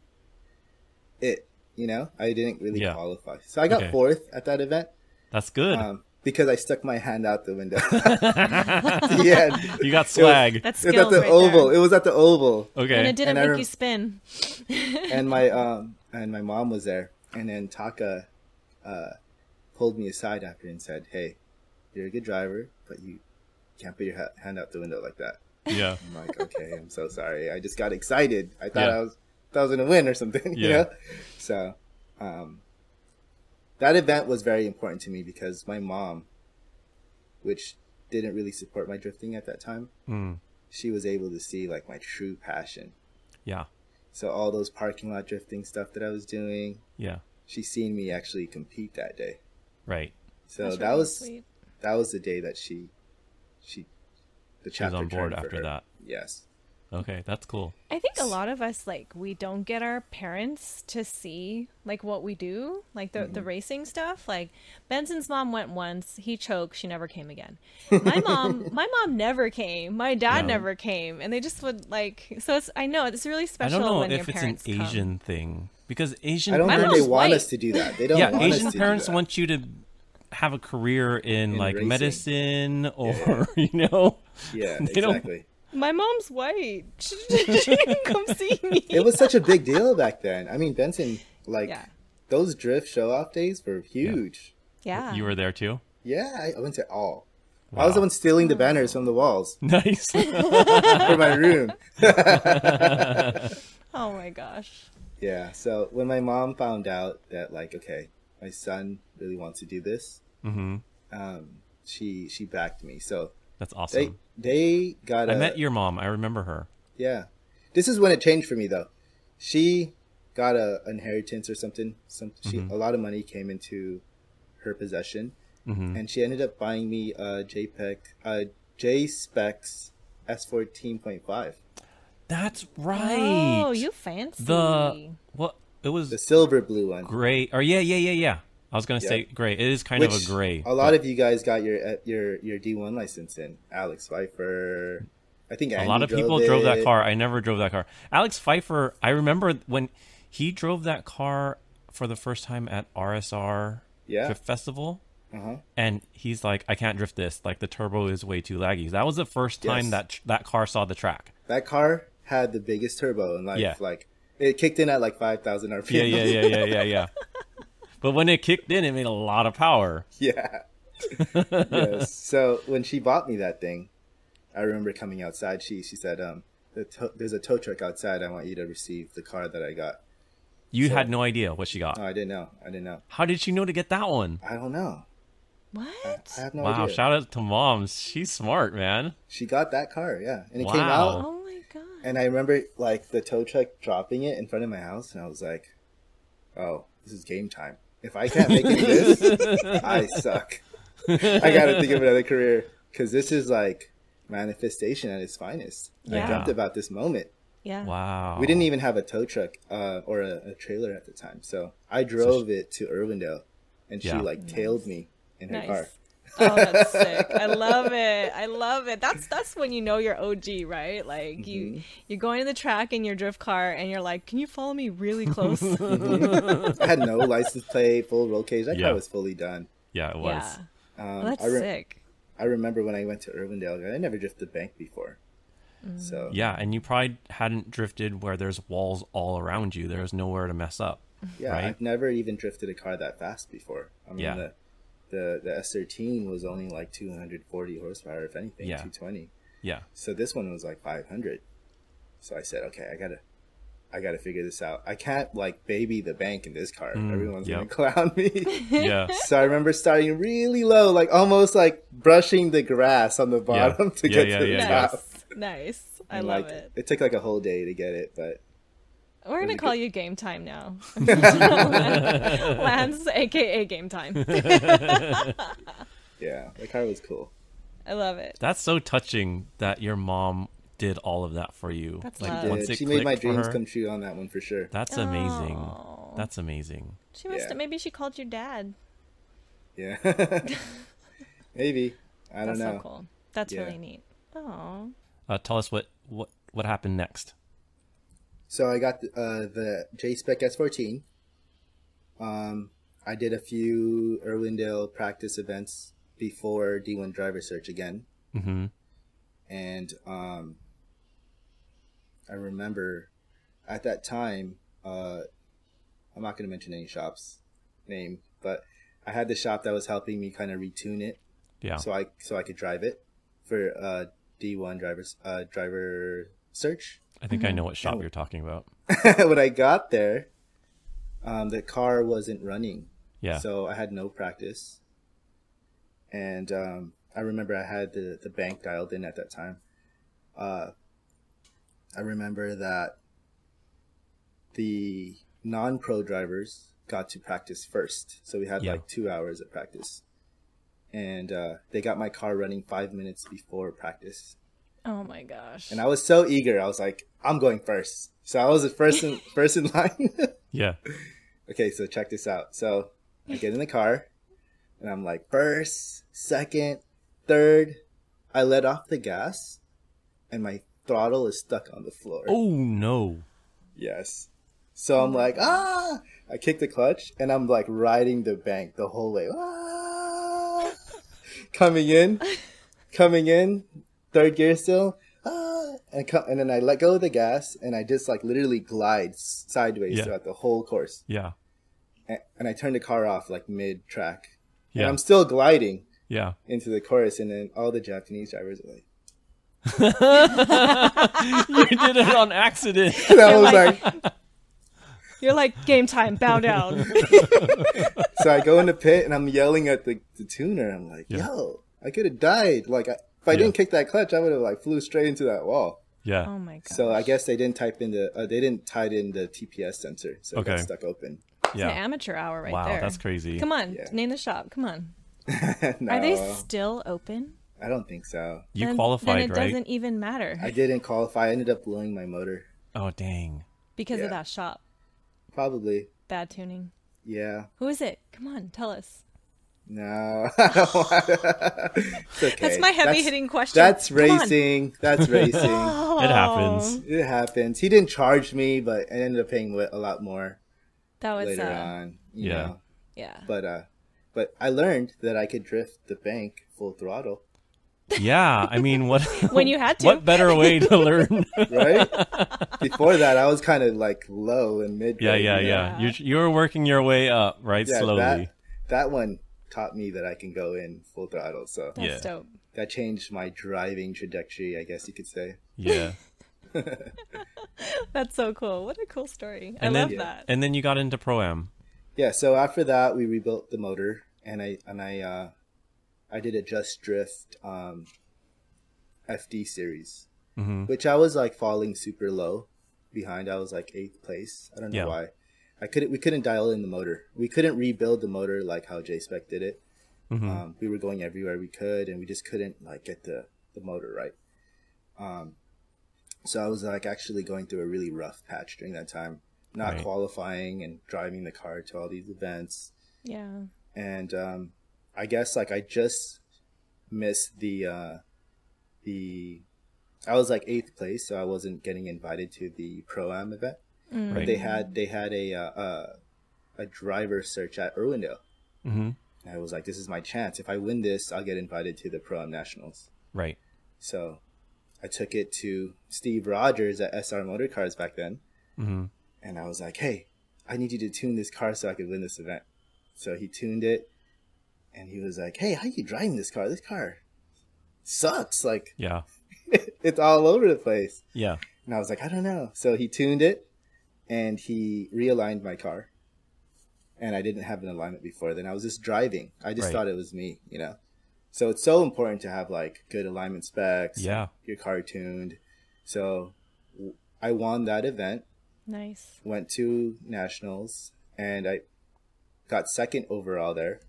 A: it you know i didn't really
B: Yeah.
A: qualify so i got
B: Okay.
A: fourth at that event
B: That's good.
A: um because i stuck my hand out the window yeah
B: you got swag.
C: That's
A: it's at
C: skills
A: the
C: right
A: oval
C: there.
A: it was at the oval
B: okay.
C: And it didn't
A: And I
C: make
A: rem-
C: you spin.
A: and my um and my mom was there and then taka uh pulled me aside after and said hey you're a good driver but you can't put your ha- hand out the window like that
B: Yeah.
A: I'm like, okay, I'm so sorry. I just got excited. I thought
B: Yeah.
A: I was, thought I was gonna win or something.
B: Yeah.
A: You know? So um, that event was very important to me because my mom, which didn't really support my drifting at that time,
B: Mm.
A: she was able to see like my true passion.
B: Yeah.
A: So all those parking lot drifting stuff that I was doing,
B: Yeah.
A: she seen me actually compete that day.
B: Right.
A: So
C: That's
A: that
C: really
A: was
C: sweet.
A: that was the day that she she the
B: She was
A: chapter
B: on board
A: turned for
B: after
A: her.
B: that.
A: Yes.
B: Okay, that's cool.
C: I think a lot of us like we don't get our parents to see like what we do, like the
B: Mm-hmm.
C: the racing stuff. Like Benson's mom went once, he choked, she never came again. My mom, my mom never came. My dad
B: Yeah.
C: never came, and they just would like. So it's I know it's really
B: I
C: special
B: don't know
C: when
B: if it's
C: your
B: an
C: parents come.
B: Asian thing because Asian
A: I don't
C: My
A: think
B: parents,
A: they
C: mom's
A: want
C: white.
A: us to do that. They don't
B: yeah,
A: want
B: Asian
A: us to
B: parents
A: do that.
B: want you to have a career in,
A: In
B: like
A: racing.
B: medicine or you know.
A: Yeah,
B: they don't-
A: exactly.
C: My mom's white. She, didn't come see me.
A: It was such a big deal back then. I mean, Benson like
C: Yeah.
A: those drift show off days were huge.
C: yeah.
B: You were there too.
A: Yeah, I- I went to all. I was the one stealing the banners from the walls
B: Nice.
A: for my room.
C: oh my gosh.
A: Yeah. So when my mom found out that like, okay, my son really wants to do this,
B: hmm
A: um, she she backed me. So
B: That's
A: they
B: awesome.
A: they got.
B: I
A: a-
B: met your mom. I remember her.
A: Yeah. This is when it changed for me though. She got a inheritance or something. Some she
B: Mm-hmm.
A: a lot of money came into her possession,
B: Mhm.
A: and she ended up buying me a JPEG, a J Specs S fourteen point five,
B: That's right.
C: Oh, you fancy.
B: the what? It was
A: the silver blue one.
B: gray. Or yeah, yeah, yeah, yeah. I was gonna
A: Yeah.
B: say gray. It is kind of a
A: Which
B: gray.
A: A lot of you guys got your uh, your your D one license in. Alex Pfeiffer, I think
B: a lot of people drove, that car. I never drove that car. Alex Pfeiffer, I remember when he drove that car for the first time at RSR
A: Yeah.
B: Drift Festival.
A: Uh-huh.
B: And he's like, I can't drift this. Like the turbo is way too laggy. That was the first time
A: Yes.
B: that tr- that car saw the track.
A: That car had the biggest turbo in life.
B: Yeah.
A: Like it kicked in at like five thousand RPM.
B: Yeah, yeah, yeah, yeah, yeah, yeah. but when it kicked in, it made a lot of power.
A: yeah. yes. So when she bought me that thing, I remember coming outside. She she said, um, the to- "There's a tow truck outside. I want you to receive the car that I got."
B: You had no idea what she got.
A: No, I didn't know. I didn't know.
B: How did she know to get that one?
A: I don't know.
C: what?
A: I have no
B: wow!
A: idea.
B: Shout out to mom. She's smart, man.
A: she got that car. Yeah, and it
B: Wow.
A: came out.
C: Oh my god.
A: And I remember like the tow truck dropping it in front of my house, and I was like, "Oh, this is game time. If I can't make it this, I suck. I gotta think of another career because this is like manifestation at its finest."
C: Yeah.
A: I dreamt about this moment.
C: Yeah.
B: Wow.
A: We didn't e-, even have a tow truck uh, or a, a trailer at the time, so I drove it to Irvindale, and
B: Yeah.
A: she like tailed me in her car.
C: Nice. Oh, that's sick. I love it. I love it. That's that's when you know you're OG, right? Like
A: Mm-hmm.
C: you you're going to the track in your drift car and you're like, "Can you follow me really close?"
A: I had no license plate, full roll cage. That
B: Yeah.
A: car was fully done.
B: Yeah, it was.
C: yeah.
A: Um,
C: Well, that's
A: I re-
C: sick.
A: I remember when I went to Irvindale, I never drifted bank before.
C: Mm.
A: So
B: Yeah, and you probably hadn't drifted where there's walls all around you. There's nowhere to mess up.
A: yeah,
B: right?
A: I've never even drifted a car that fast before. I mean,
B: Yeah.
A: the, the the S13 was only like 240 horsepower, if anything,
B: Yeah.
A: 220.
B: Yeah.
A: So this one was like 500. So I said, okay, I gotta, I gotta figure this out. I can't like baby the bank in this car. Everyone's
B: Mm, yep.
A: gonna clown me.
B: Yeah.
A: so I remember starting really low, like almost like brushing the grass on the bottom to
B: Yeah,
A: get
B: yeah,
A: to the
B: yeah, yeah.
A: top.
C: Nice. Nice. I
A: And,
C: love
A: like,
C: it.
A: It took like a whole day to get it, but
C: We're going to
A: good.
C: call you Game Time now. Lance aka Game Time.
A: yeah, the car was cool.
C: I love it.
B: That's so touching that your mom did all of that for you.
C: That's
B: like
C: love.
B: Uh, once
A: did.
B: it
A: Uh, she made my
B: clicked for
A: dreams
B: her,
A: come true on that one for sure.
B: That's amazing.
C: Aw.
B: That's amazing.
C: She must
A: Yeah.
C: have maybe she called your dad.
A: Yeah. Maybe. I don't
C: That's
A: know.
C: so cool. That's
A: Yeah.
C: really neat. Oh.
B: Uh, tell us what what what happened next.
A: So I got the, uh, the JSpec S14. Um, I did a few Irwindale practice events before D1 driver search again.
B: hmm
A: And um, I remember at that time, uh, I'm not going to mention any shop's name, but I had the shop that was helping me kind of retune it
B: Yeah.
A: so I so I could drive it for uh, D1 drivers uh, driver search.
C: mm-hmm.
B: I think I know what shop you're talking about.
A: when I got there, Um, the car wasn't running,
B: Yeah.
A: so I had no practice. And um, I remember I had the, the bank dialed in at that time. Uh, I remember that the non pro drivers got to practice first. So we had
B: Yeah.
A: like two hours of practice. And uh, they got my car running five minutes before practice.
C: Oh my gosh.
A: And I was so eager. I was like, I'm going first. So I was the first in, first in line.
B: yeah.
A: okay, so check this out. So I get in the car and I'm like, first, second, third. I let off the gas and my throttle is stuck on the floor.
B: Oh no.
A: Yes. So I'm like, ah! I kick the clutch and I'm like riding the bank the whole way. Ah! Coming in, coming in, third gear still. Ah! And, co- and then I let go of the gas and I just like literally glide s- sideways
B: Yeah.
A: throughout the whole course.
B: Yeah.
A: And, and I turned the car off like mid track.
B: Yeah.
A: And I'm still gliding
B: yeah.
A: into the chorus and then all the Japanese drivers are like,
B: you did it on accident.
A: and I was like,
C: You're like game time. Bow down.
A: so I go in the pit and I'm yelling at the, the tuner. I'm like,
B: Yeah.
A: yo, I could have died. Like, I, if I didn't kick that clutch, I would have like flew straight into that wall.
B: Yeah.
C: oh my god.
A: So I guess they didn't type in the, uh, they didn't tie in the TPS sensor, so it got
B: Okay.
A: stuck open.
C: It's an
B: Yeah.
C: amateur hour right
B: Wow,
C: there.
B: that's crazy.
C: Come on,
A: Yeah.
C: name the shop. Come on.
A: no,
C: Are they still open?
A: I don't think so.
B: You
C: then,
B: qualified,
C: Then it
B: right?
C: doesn't even matter
A: I didn't qualify. I ended up blowing my motor,
B: Oh dang.
C: because
A: yeah.
C: of that shop.
A: probably.
C: Bad tuning.
A: Yeah,
C: Who is it? Come on, tell us.
A: no. it's okay.
C: That's my heavy hitting question.
A: That's
C: Come on.
A: racing. That's racing.
B: It happens.
A: it happens. He didn't charge me, but I ended up paying a lot more
C: That was
A: later
C: uh,
A: on. You
B: Yeah.
A: Know?
C: yeah.
A: but uh but i learned that i could drift the bank full throttle
B: Yeah, I mean, what
C: When you had to.
B: What better way to learn?
A: right before that i was kind of like low and mid
B: yeah, yeah, yeah. You you were working your way up, right? Slowly.
A: that, that one taught me that i can go in full throttle so
C: That's
B: Yeah.
C: dope.
A: that changed my driving trajectory i guess you could say
B: Yeah.
C: That's so cool. What a cool story. I
B: And
C: love
B: then
C: that.
B: and then you got into pro am.
A: yeah so after that we rebuilt the motor and i and i uh i did a just drift um fd series
B: Mhm.
A: which i was like falling super low behind i was like eighth place i don't know
B: Yeah.
A: why i couldn't we couldn't dial in the motor we couldn't rebuild the motor like how j-spec did it
B: Mm-hmm. Hmm.
A: um, we were going everywhere we could and we just couldn't like get the the motor right um so i was like actually going through a really rough patch during that time not
B: Right.
A: qualifying and driving the car to all these events
C: Yeah.
A: and um, I guess like I just missed the uh, the I was like eighth place, so I wasn't getting invited to the pro am event.
B: Right.
A: They had they had a uh, uh, a driver search at Irwindale.
B: hmm
A: And I was like, this is my chance. If I win this, I'll get invited to the pro am nationals.
B: Right.
A: So I took it to Steve Rogers at SR Motor Cars back then,
B: hmm
A: and I was like, hey, I need you to tune this car so I could win this event. So he tuned it and he was like, Hey, how you driving this car? This car sucks. Like
B: Yeah.
A: it's all over the place.
B: Yeah.
A: And I was like, I don't know. So he tuned it and he realigned my car. And I didn't have an alignment before then. I was just driving. I just
B: Right.
A: thought it was me, you know? So it's so important to have like good alignment specs,
B: Yeah.
A: your car tuned. So w- I won that event
C: Nice.
A: went to nationals and I got second overall there.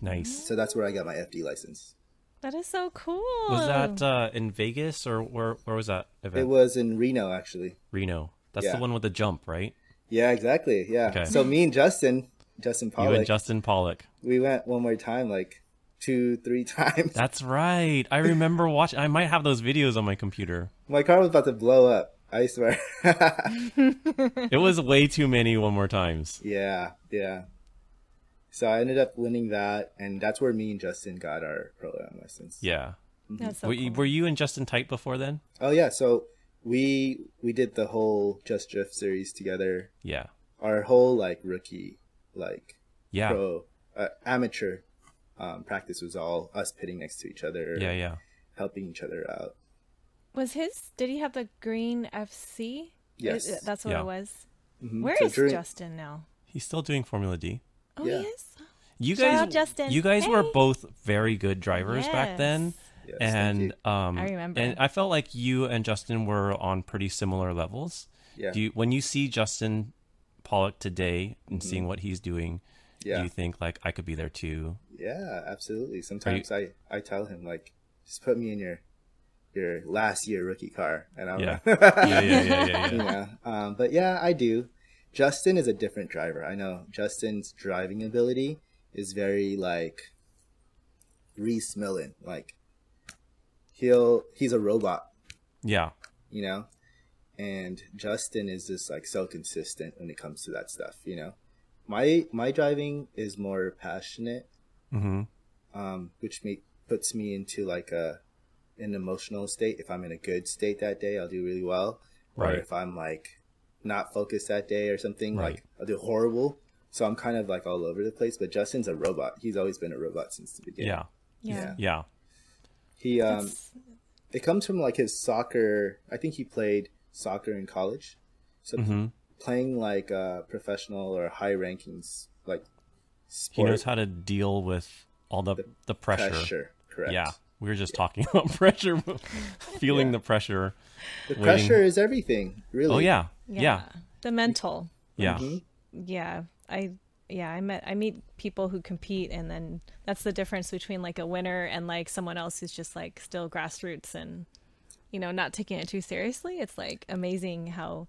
B: Nice.
A: So that's where I got my FD license.
C: That is so cool.
B: Was that uh, in Vegas or where where was that event?
A: It was in Reno actually.
B: Reno. That's
A: Yeah.
B: the one with the jump, right?
A: Yeah, exactly. Yeah.
B: Okay.
A: So me and Justin, Justin
B: You
A: Pollock,
B: and Justin Pollock.
A: we went one more time, like two, three times.
B: That's right. I remember watching. I might have those videos on my computer.
A: my car was about to blow up. I swear.
B: It was way too many one more times.
A: yeah, yeah. So I ended up winning that, and that's where me and Justin got our pro am license.
B: Yeah.
C: That's so
B: were, you,
C: cool.
B: were you and Justin tight before then?
A: Oh yeah, so we we did the whole Just Drift series together.
B: Yeah.
A: Our whole like rookie like
B: Yeah.
A: pro uh, amateur um, practice was all us pitting next to each other,
B: Yeah. Yeah.
A: helping each other out.
C: Was his? Did he have the green FC?
A: Yes.
C: Is- that's what
B: Yeah.
C: it was. Where
A: Mhm.
C: is
A: So during-
C: Justin now?
B: He's still doing Formula D.
C: Oh,
A: Yeah.
C: yes.
B: You
C: Shout
B: guys,
C: out Justin.
B: you guys were
C: Hey.
B: both very good drivers back then,
A: Yes, thank
B: and
A: you.
B: um,
C: I remember.
B: And I felt like you and Justin were on pretty similar levels.
A: Yeah.
B: Do you, when you see Justin Pollock today and seeing what he's doing,
A: Mm-hmm. Yeah.
B: do you think like I could be there too?
A: Yeah, absolutely. Sometimes I, I tell him like, just put me in your your last year rookie car, and I'm
B: Yeah.
A: yeah.
B: Yeah, yeah, yeah, yeah.
A: you
B: yeah.
A: know. Um, but yeah, I do. Justin is a different driver. I know Justin's driving ability is very like Reese Millen. Like he'll he's a robot,
B: yeah.
A: you know. And Justin is just like so consistent when it comes to that stuff, you know. My my driving is more passionate
B: Mm-hmm.
A: um, which make, puts me into like a an emotional state. If I'm in a good state that day, I'll do really well. Or
B: Right.
A: if I'm like not focused that day or something,
B: Right.
A: like I'll do horrible. So I'm kind of like all over the place. But Justin's a robot. He's always been a robot since the
B: Yeah.
A: beginning.
B: yeah.
A: Yeah.
B: Yeah.
A: He um,
C: That's-
A: it comes from like his soccer. I think he played soccer in college. So
B: Mhm.
A: playing like uh, professional or high rankings like sport
B: He knows how to deal with all the the pressure.
A: pressure. Correct.
B: Yeah. We were just talking about pressure, feeling the pressure.
A: The
B: Waiting.
A: pressure is everything, really.
B: Oh yeah.
C: yeah.
B: Yeah.
C: The mental.
B: Yeah.
C: Yeah. I yeah, I met I meet people who compete and then that's the difference between like a winner and like someone else who's just like still grassroots and you know, not taking it too seriously. It's like amazing how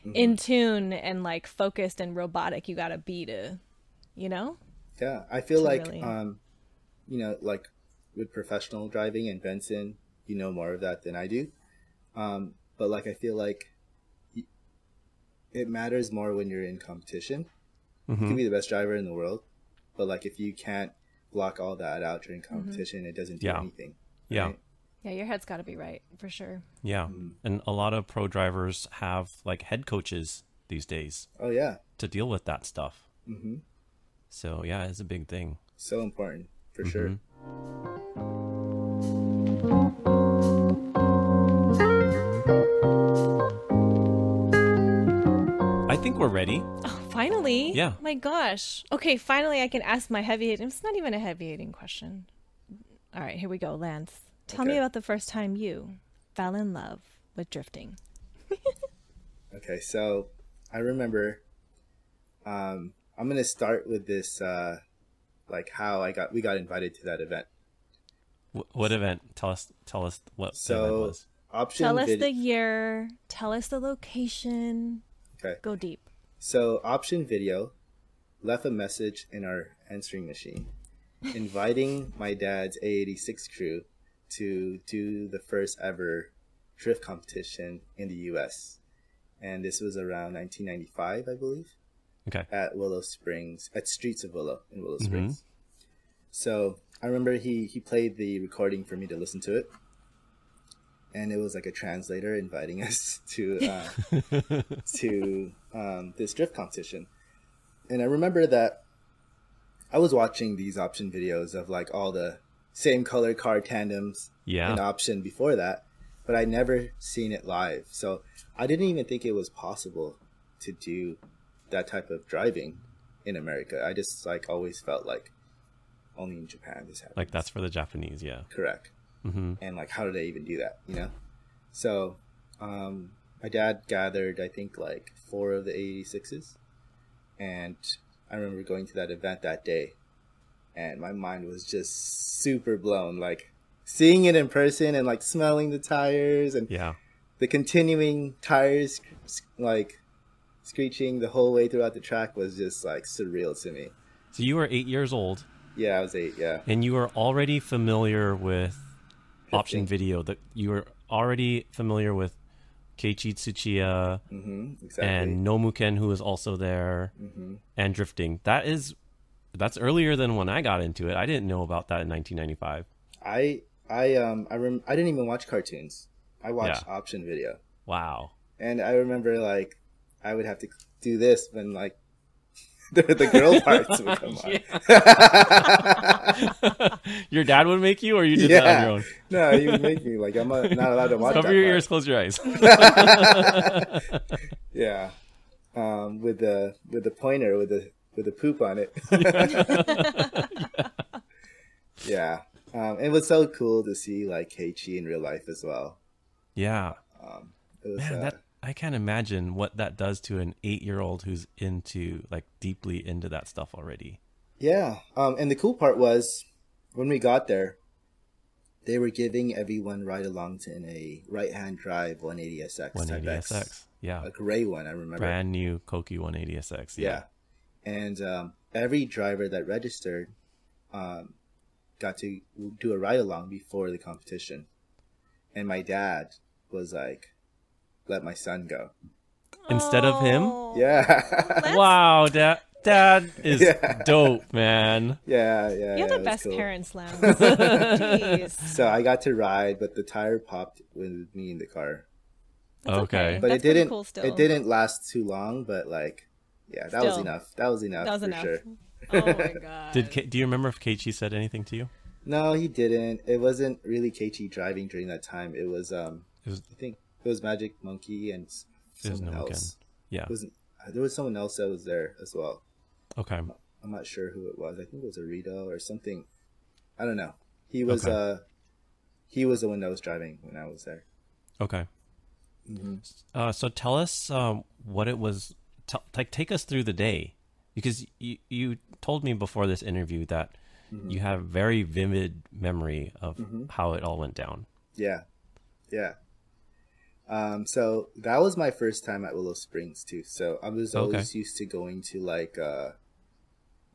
A: Mm-hmm.
C: in tune and like focused and robotic you got to be to you know?
A: Yeah, I feel
C: to
A: like
C: really-
A: um, you know, like with professional driving and Benson, you know more of that than I do. Um, but like I feel like y- it matters more when you're in competition. You
B: Mm-hmm.
A: can be the best driver in the world, but like if you can't block all that out during
C: Mm-hmm.
A: competition, it doesn't do
B: Yeah.
A: anything.
B: Yeah.
A: right?
C: Yeah, your head's got to be right for sure.
B: Yeah. And a lot of pro drivers have like head coaches these days
A: Oh yeah,
B: to deal with that stuff.
A: Mhm.
B: So yeah, it's a big thing.
A: so important for
B: Mm-hmm.
A: sure.
B: I think we're ready.
C: Oh, Finally. Oh
B: Yeah.
C: My gosh. Okay, finally I can ask my heavy hitting. It's not even a heavy hitting question. All right, here we go, Lance. Tell me
A: Okay.
C: about the first time you fell in love with drifting.
A: Okay, so I remember. Um, I'm gonna start with this, uh, like how I got we got invited to that event.
B: Wh- What event? Tell us. Tell us what event
A: So
B: was.
A: option
C: Tell us
A: vid-
C: the year, tell us the location.
A: Okay.
C: Go deep.
A: So option video left a message in our answering machine, inviting my dad's A86 crew to do the first ever drift competition in the U.S. And this was around 1995, I believe.
B: Okay.
A: at Willow Springs, at Streets of Willow in Willow Springs. So I remember he he played the recording for me to listen to it, and it was like a translator inviting us to uh, to um, this drift competition, and I remember that I was watching these option videos of like all the same color car tandems
B: Yeah.
A: and option before that, but I never seen it live, so I didn't even think it was possible to do that type of driving in America. I just like always felt like only in Japan this happens.
B: Like that's for the Japanese. Yeah.
A: correct.
B: Mhm.
A: And like, how do they even do that? You know. So, um, my dad gathered I think like four of the eighty sixes, and I remember going to that event that day, and my mind was just super blown. Like seeing it in person and like smelling the tires and
B: Yeah.
A: the continuing tires sc- like screeching the whole way throughout the track was just like surreal to me.
B: So you were eight years old,
A: Yeah, I was eight. Yeah,
B: and you were already familiar with option
A: Drifting.
B: video. That you were already familiar with Keiichi Tsuchiya
A: mm-hmm, exactly. Mm-hmm.
B: and Nomuken, who was also there, and drifting. That is, that's earlier than when I got into it. I didn't know about that in 1995.
A: I I um I rem- I didn't even watch cartoons. I watched
B: Yeah.
A: option video,
B: Wow.
A: and I remember like I would have to do this when like the, the girl parts would come on.
B: Your dad would make you, or you did that on your
A: Yeah,
B: own.
A: no, you would make me like I'm not not allowed to watch.
B: Cover
A: that
B: your
A: part.
B: ears, close your eyes.
A: Yeah. um, with the with the pointer with the with the poop on it. yeah, um, it was so cool to see like Keiichi in real life as well.
B: Yeah.
A: Um, it was,
B: Man,
A: uh,
B: that I can't imagine what that does to an eight-year-old who's into like deeply into that stuff already.
A: Yeah. Um, and the cool part was when we got there, they were giving everyone ride alongs in a right hand drive 180SX.
B: One eighty
A: 180SX.
B: SX, yeah,
A: A gray one, I remember.
B: brand new Koki one eighty SX,
A: Yeah. And um, every driver that registered um, got to do a ride along before the competition. And my dad was like, let my son go.
B: Instead of him,
C: Oh,
A: Yeah.
C: that's-
B: wow, dad, dad is
A: Yeah.
B: dope, man.
A: yeah, yeah.
C: You're
A: yeah,
C: the
A: it was
C: best
A: cool.
C: parents, Lance. Jeez.
A: So I got to ride, but the tire popped with me in the car.
C: That's
B: Okay.
A: but it
C: That's pretty
A: didn't
C: Cool still.
A: it didn't last too long but like yeah that was
C: Still.
A: enough that was enough
C: That was
A: for
C: enough.
A: sure
C: Oh my god.
B: Did K- do you remember if Keiichi said anything to you?
A: no he didn't it wasn't really keiichi driving during that time it was um
B: It was-
A: i think it was magic monkey and s-
B: It was
A: someone
B: no one Oh.
A: else
B: Yeah.
A: it wasn't uh, there was someone else that was there as well
B: Okay.
A: i'm not sure who it was i think it was Arito or something i don't know he was
B: Okay.
A: uh he was the one that was driving when i was there
B: Okay.
A: Mm-hmm.
B: Uh, so tell us um, what it was. T- like, take us through the day because you you told me before this interview that
A: Mm-hmm.
B: you have very vivid memory of how it all went down.
A: Yeah, yeah. Um, so that was my first time at Willow Springs too. So I was
B: Okay.
A: always used to going to like uh,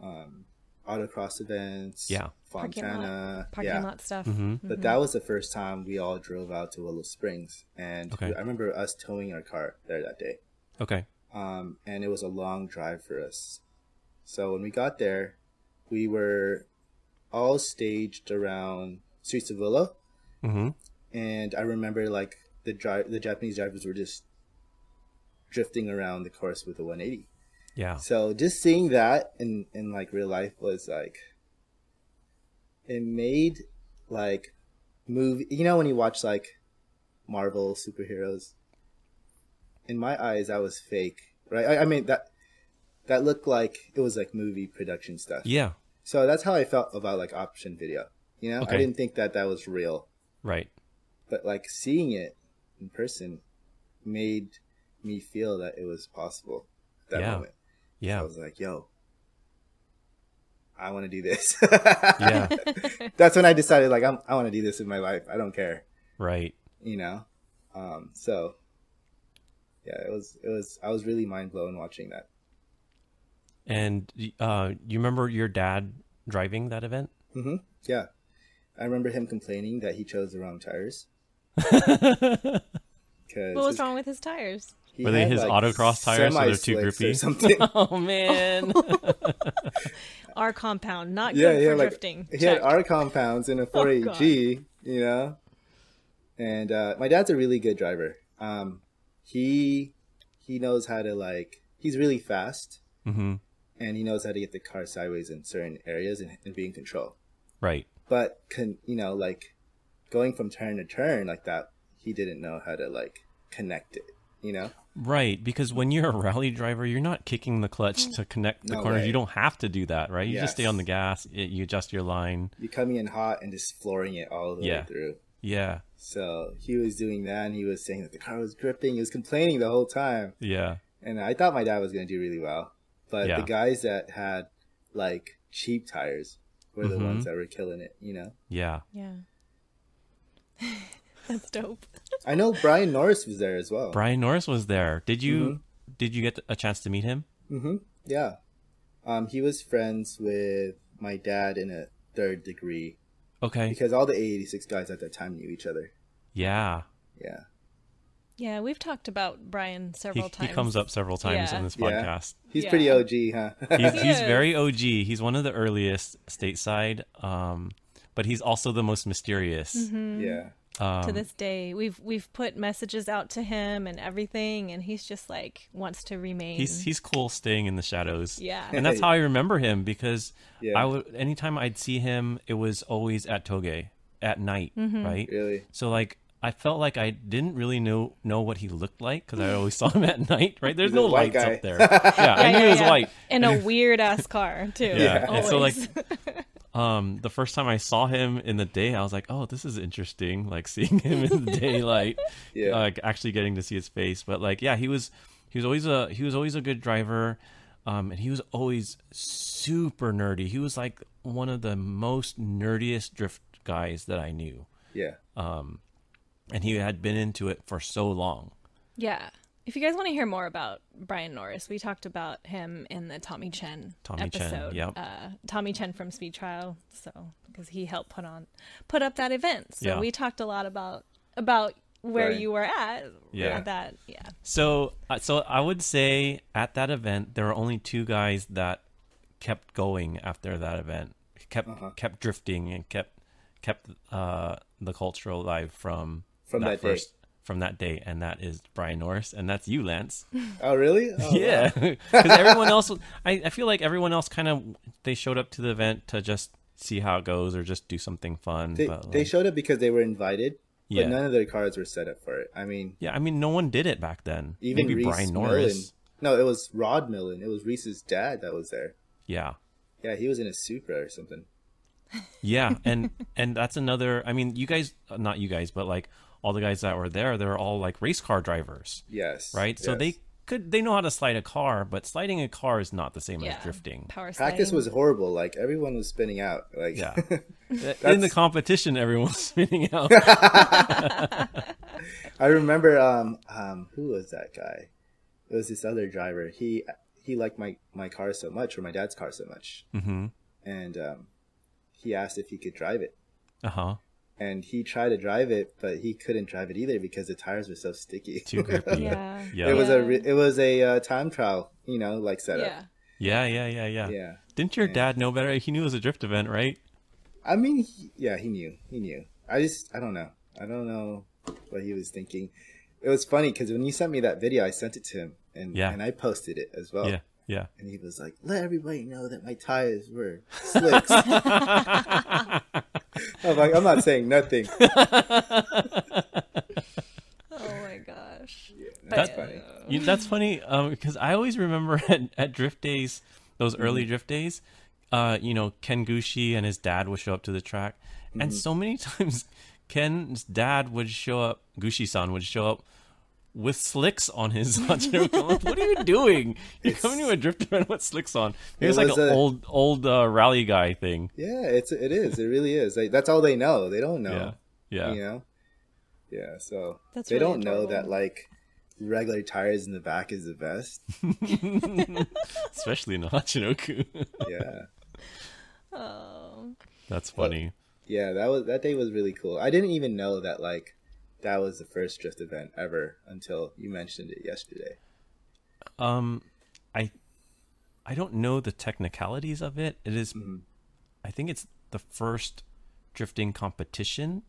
A: um, autocross events.
B: Yeah.
C: Parking lot.
A: Fontana.
C: Parking
A: yeah.
C: lot stuff.
B: Mm-hmm.
C: Mm-hmm.
A: But that was the first time we all drove out to Willow Springs, and
B: Okay.
A: I remember us towing our car there that day.
B: Okay.
A: Um, and it was a long drive for us. So when we got there, we were all staged around Streets of Willow
B: Mm-hmm.
A: and I remember like the dri- the Japanese drivers were just drifting around the course with a 180.
B: Yeah.
A: So just seeing that in in like real life was like it made like movie. You know when you watch like Marvel superheroes, in my eyes that was fake, right? I, I mean that that looked like it was like movie production stuff.
B: Yeah.
A: So that's how I felt about like option video. You know,
B: Okay.
A: I didn't think that that was real
B: Right.
A: but like seeing it in person made me feel that it was possible at that
B: Yeah.
A: moment i
B: Yeah.
A: was like yo i want to do this
B: Yeah.
A: that's when i decided like I'm, i want to do this in my life i don't care
B: right.
A: you know um so yeah it was it was i was really mind blown watching that
B: And uh, you remember your dad driving that event?
A: hmm yeah i remember him complaining that he chose the wrong tires because
C: What was wrong with his tires?
A: he
B: Were they
A: had,
B: his autocross tires, so they're
A: semi-slicks
B: too
A: or
B: grippy?
A: something
B: Oh man.
C: Our compound, not
A: yeah,
C: good
A: yeah,
C: for
A: like
C: drifting.
A: he had
C: Check. Oh,
A: our compounds in a
C: God.
A: 4AG, you know. And uh, my dad's a really good driver. Um, he he knows how to like he's really fast,
B: mm-hmm.
A: and he knows how to get the car sideways in certain areas and, and be in control.
B: Right.
A: But can you know like going from turn to turn like that, he didn't know how to like connect it, you know.
B: Right, because when you're a rally driver, you're not kicking the clutch to connect the
A: No
B: corners.
A: way.
B: You don't have to do that, right? You just stay
A: Yes.
B: on the gas, it, you adjust your line.
A: You're coming in hot and just flooring it all the
B: Yeah.
A: way through.
B: Yeah,
A: So he was doing that, and he was saying that the car was gripping. He was complaining the whole time.
B: yeah,
A: and I thought my dad was going to do really well. But
B: Yeah.
A: the guys that had like cheap tires were the
B: Mhm.
A: ones that were killing it, you know.
B: yeah.
C: Yeah. That's dope.
A: I know Brian Norris was there as well.
B: Brian Norris was there. Did you
A: Mm-hmm.
B: did you get a chance to meet him?
A: hmm Yeah. Um, he was friends with my dad in a third degree
B: Okay.
A: because all the A86 guys at that time knew each other.
B: Yeah.
A: Yeah.
C: Yeah, we've talked about Brian
B: He,
C: several
B: he
C: times.
B: comes up several times
C: Yeah.
B: in this
A: Yeah.
B: podcast.
A: He's
C: Yeah.
A: pretty OG, huh?
B: He's, he's
C: is.
B: very OG. He's one of the earliest stateside, um, but he's also the most mysterious.
C: Mm-hmm.
A: yeah.
B: Um,
C: to this day. We've we've put messages out to him and everything, and he's just like wants to remain.
B: he's he's cool staying in the shadows.
C: Yeah.
B: and that's how I remember him because
A: Yeah.
B: I would anytime I'd see him, it was always at Toge at night, right?
A: Really.
B: So like I felt like I didn't really know know what he looked like because I always saw him at night. Right? There's
A: He's
B: no
A: a white
B: lights
A: guy.
B: up there. Yeah, I knew he was white.
C: in a weird ass car too.
B: Yeah. And so, like,
C: always.
B: Um, the first time I saw him in the day, I was like, "Oh, this is interesting." Like seeing him in the daylight,
A: Yeah.
B: Like actually getting to see his face. But like, yeah, he was he was always a he was always a good driver, um, and he was always super nerdy. He was like one of the most nerdiest drift guys that I knew,
A: Yeah.
B: and he had been into it for so long.
C: yeah. If you guys want to hear more about Brian Norris, we talked about him in the Tommy Chen
B: Tommy Chen,
C: episode.
B: yep.
C: Uh, Tommy Chen from Speed Trial, so because he helped put on put up that event. So
B: Yeah.
C: we talked a lot about about where
A: Right.
C: you were at.
B: Yeah.
C: at that. Yeah.
B: So, uh, so I would say at that event, there were only two guys that kept going after that event, kept
A: Uh-huh.
B: kept drifting and kept kept uh, the culture alive from
A: From that day.
B: from that day, and that is Brian Norris, and that's you, Lance.
A: Oh, really? Oh,
B: yeah, because everyone else, was- I, I feel like everyone else kind of they showed up to the event to just see how it goes or just do something fun.
A: They,
B: but
A: they
B: like-
A: showed up because they were invited,
B: Yeah.
A: but none of their cards were set up for it. I mean,
B: yeah, I mean, no one did it back then.
A: even
B: Maybe
A: Reese
B: Brian
A: Millen.
B: Norris.
A: No, it was Rod Millen. It was Reese's dad that was there.
B: Yeah.
A: Yeah, he was in a Supra or something.
B: Yeah, and and that's another. I mean, you guys, not you guys, but like all the guys that were there, they're all like race car drivers,
A: Yes.
B: right? So
A: yes.
B: they could they know how to slide a car, but sliding a car is not the same
C: Yeah.
B: as drifting.
C: Power
A: practice
C: sliding.
A: was horrible. Like everyone was spinning out. Like
B: Yeah, Uh, in the competition, everyone's spinning out.
A: I remember um um who was that guy? It was this other driver. He he liked my my car so much or my dad's car so much,
B: mm-hmm.
A: and um, he asked if he could drive it.
B: Uh huh.
A: And he tried to drive it, but he couldn't drive it either because the tires were so sticky.
B: Too grippy.
C: Yeah.
B: Yeah.
A: It was a
C: Yeah.
A: re- it was a uh, time trial, you know, like
C: Yeah.
A: setup.
B: yeah, yeah, yeah, yeah,
A: Yeah.
B: Didn't your dad know better? He knew it was a drift event, right?
A: I mean, he, yeah, he knew. He knew. I just I don't know. I don't know what he was thinking. It was funny because when you sent me that video, I sent it to him, and
B: Yeah.
A: and I posted it as well.
B: Yeah, yeah.
A: And he was like, "Let everybody know that my tires were slicks." I'm like, "I'm not saying nothing."
C: Oh my gosh.
A: That's
C: But- uh,
A: funny.
B: You, that's funny um, because I always remember at, at drift days, those
A: Mm-hmm.
B: early drift days, uh, you know, Ken Gushi and his dad would show up to the track,
A: Mm-hmm.
B: and so many times Ken's dad would show up, Gushi-san would show up with slicks on his honcho. what are you doing? You're coming to a drift event with slicks on. It
A: It
B: was like
A: was
B: an
A: a-
B: old old uh, rally guy thing.
A: Yeah, it's it is. It really is. Like, that's all they know. They don't
B: Yeah,
A: know.
B: yeah,
A: You know. Yeah. So
C: That's
A: they
C: really
A: don't know
C: adorable.
A: that like regular tires in the back is the best.
B: especially in Hachinoku.
A: Yeah.
C: Oh.
B: that's funny.
A: yeah. That was that day was really cool. I didn't even know that like that was the first drift event ever until you mentioned it yesterday.
B: Um, I, I don't know the technicalities of it. It is-
A: Mm-hmm.
B: I think it's the first drifting competition,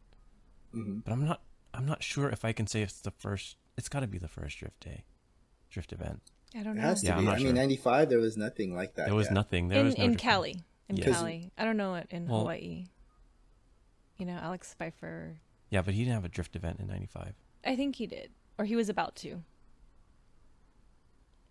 A: Mm-hmm.
B: but I'm not. I'm not sure if I can say it's the first. It's got to be the first drift day, drift event.
C: I don't
A: It
C: know.
A: has to
B: Yeah, I'm
A: be.
B: not
A: I
B: sure.
A: mean, '95 there was nothing like that.
B: There was
A: yet.
B: nothing. There
C: in
B: was no
C: in
B: drift-
C: Cali, in
B: Yeah. 'Cause-
C: Cali. I don't know it in
B: Well-
C: Hawaii. You know, Alex Pfeiffer.
B: Yeah, but he didn't have a drift event in '95.
C: I think he did, or he was about to.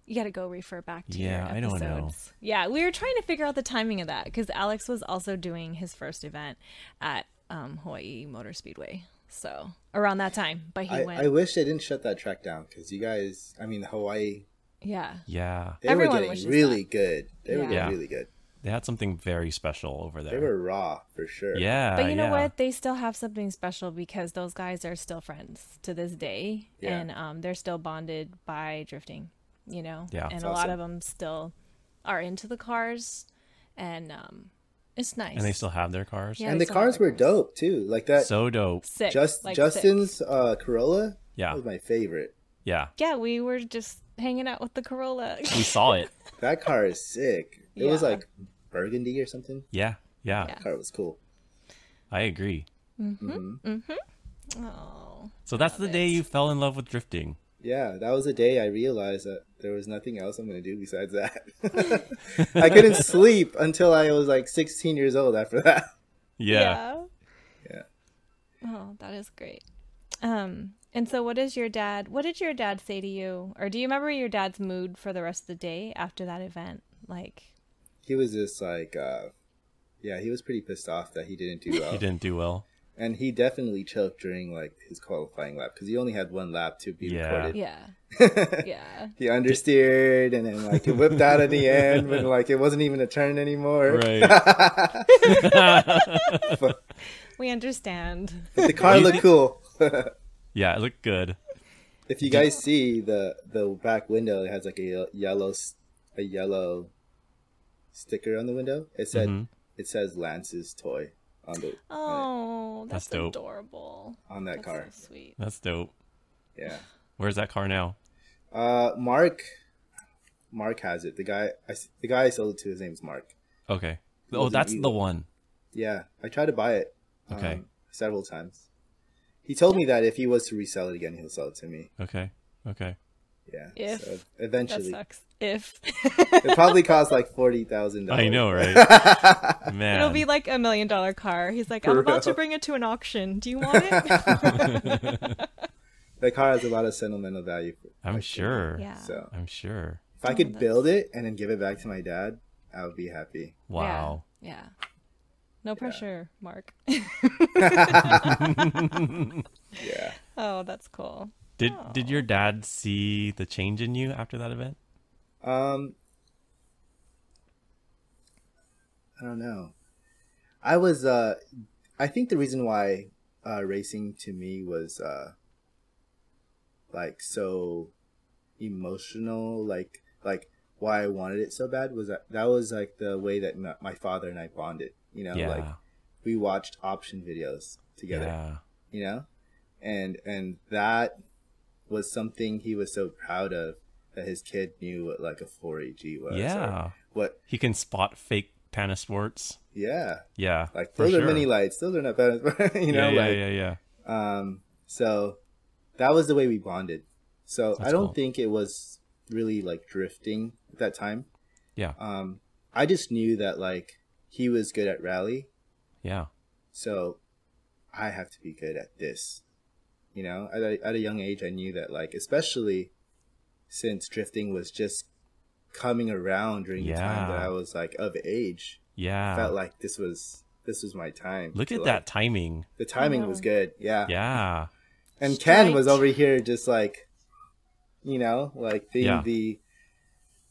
C: You got to go refer back to
B: Yeah,
C: your
B: I don't know.
C: episodes. Yeah, we were trying to figure out the timing of that because Alex was also doing his first event at um, Hawaii Motor Speedway, so around that time. But he
A: I,
C: went.
A: I wish they didn't shut that track down because you guys, I mean, Hawaii,
C: yeah,
B: Yeah,
A: they
C: Everyone
A: were
C: wishes
A: getting really good. They were
C: Yeah.
A: getting
B: Yeah.
A: really good.
B: they had something very special over there.
A: They were raw for sure.
B: yeah,
C: But you know
B: Uh, yeah.
C: what? They still have something special because those guys are still friends to this day,
A: Yeah.
C: and um, they're still bonded by drifting. You know,
B: Yeah.
C: and
B: That's
C: a lot
A: awesome.
C: of them still are into the cars, and um, it's nice.
B: And they still have their cars.
C: Yeah.
A: And the
C: it's a lot
A: cars
C: of
A: were
C: cars.
A: dope too. Like that.
B: So dope.
C: sick,
A: just
C: like, sick.
A: Justin's uh, Corolla.
B: Yeah.
A: that was my favorite.
B: Yeah,
C: Yeah, we were just hanging out with the Corolla.
B: we saw it.
A: That car is sick. It was
C: Yeah.
A: like burgundy or something.
B: Yeah, yeah,
C: Yeah.
A: That car was cool.
B: I agree.
C: oh,
B: So that's the day you fell in love with drifting.
A: Yeah, that was the day I realized that there was nothing else I'm gonna do besides that. I couldn't sleep until I was like 16 years old. After that,
B: yeah.
A: Yeah.
C: Oh, that is great. Um, and so, what is your dad? What did your dad say to you, or do you remember your dad's mood for the rest of the day after that event? Like,
A: He was just like, uh, yeah, he was pretty pissed off that he didn't do well.
B: He didn't do well.
A: And he definitely choked during like his qualifying lap because he only had one lap to be
B: Yeah.
A: recorded.
C: yeah, yeah,
A: He understeered and then like it whipped out at the end when like it wasn't even a turn anymore.
B: Right.
C: we understand.
A: But the car looked cool.
B: yeah, it looked good.
A: If you guys see the the back window, it has like a ye- yellow s- a yellow sticker on the window. It said
B: Mm-hmm.
A: it says Lance's toy on the on, it-
C: Oh, that's,
B: That's dope.
C: adorable.
A: on that
C: That's
A: car.
C: so sweet.
B: That's dope.
A: Yeah.
B: Where's that car now?
A: Uh, Mark, Mark has it. The guy I s the guy I sold it to. His name's Mark.
B: Okay.
A: was
B: Oh,
A: an
B: that's the
A: eagle.
B: one.
A: Yeah, I tried to buy it. um,
B: Okay.
A: several times. He told me that if he was to resell it again, he'll sell it to me.
B: Okay. Okay.
A: Yeah.
C: If-
A: so
C: That
A: eventually,
C: sucks. If
A: it probably cost like forty thousand dollars.
B: I know, right? Man.
C: it'll be like a million dollar car, he's like,
A: For
C: I'm about to
A: real.
C: bring it to an auction. Do you want it?
A: The car has a lot of sentimental value.
B: I'm sure.
C: yeah.
A: So
B: I'm sure.
A: if I could build it and then give it back to my dad, I would be happy.
B: Wow.
C: Yeah. yeah. No pressure, Mark.
A: Yeah.
C: oh, that's cool.
B: Did
A: Oh.
B: did your dad see the change in you after that event?
A: Um, I don't know. I was. Uh, I think the reason why uh, racing to me was uh, like so emotional, like like why I wanted it so bad was that that was like the way that my, my father and I bonded. You know,
B: yeah.
A: like we watched option videos together.
B: yeah.
A: you know and and that was something he was so proud of that his kid knew what like a 4-AG was or
B: Yeah.
A: what
B: He can spot fake Pana Sports.
A: yeah
B: Yeah.
A: like
B: for
A: those
B: sure.
A: are mini lights those are not bad you know
B: yeah, yeah,
A: like
B: yeah, yeah.
A: um so that was the way we bonded so
B: That's
A: i don't
B: cool.
A: think it was really like drifting at that time
B: Yeah.
A: um i just knew that like he was good at rally
B: Yeah.
A: so I have to be good at this. You know, at a, at a young age, I knew that, like, especially since drifting was just coming around during the time that
B: Yeah.
A: I was like of age, I
B: Yeah.
A: felt like this was this was my time.
B: Look
A: to,
B: at
A: like-
B: that timing.
A: The timing was good, yeah.
B: Yeah.
A: And Ken was
C: Straight.
A: over here just like, you know, like being
B: Yeah.
A: the.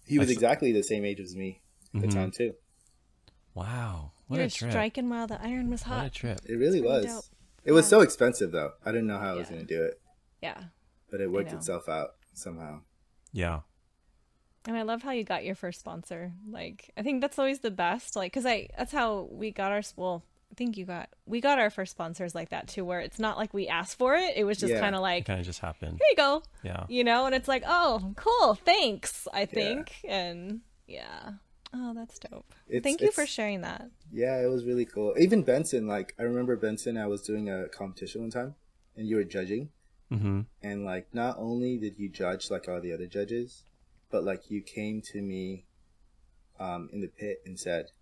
A: He was
B: I s-
A: exactly the same age as me at
B: Mhm.
A: the time too.
B: Wow. What
C: you
B: a
C: were
B: trip.
C: striking while the iron was
B: What a
C: hot.
B: trip.
A: It really was.
C: pretty dope.
A: It was
C: Yeah.
A: so expensive though. I didn't know how I was
C: Yeah.
A: going to do it.
C: Yeah.
A: but it worked
C: know.
A: itself out somehow.
B: Yeah.
C: And I love how you got your first sponsor. Like, I think that's always the best. Like, cause I, that's how we got our, well, I think you got, we got our first sponsors like that too, where it's not like we asked for it. It was just
A: Yeah.
C: kind of
B: It
C: like, here
B: kind of just happened.
C: you go,
B: Yeah.
C: you know? And it's like, oh, cool. Thanks. I think. And yeah. Oh, that's dope.
A: It's-
C: Thank you for
A: it's-
C: sharing that.
A: Yeah, it was really cool. Even Benson, like I remember Benson, I was doing a competition one time, and you were judging,
B: Mm-hmm.
A: and like not only did you judge like all the other judges, but like you came to me, um, in the pit and said,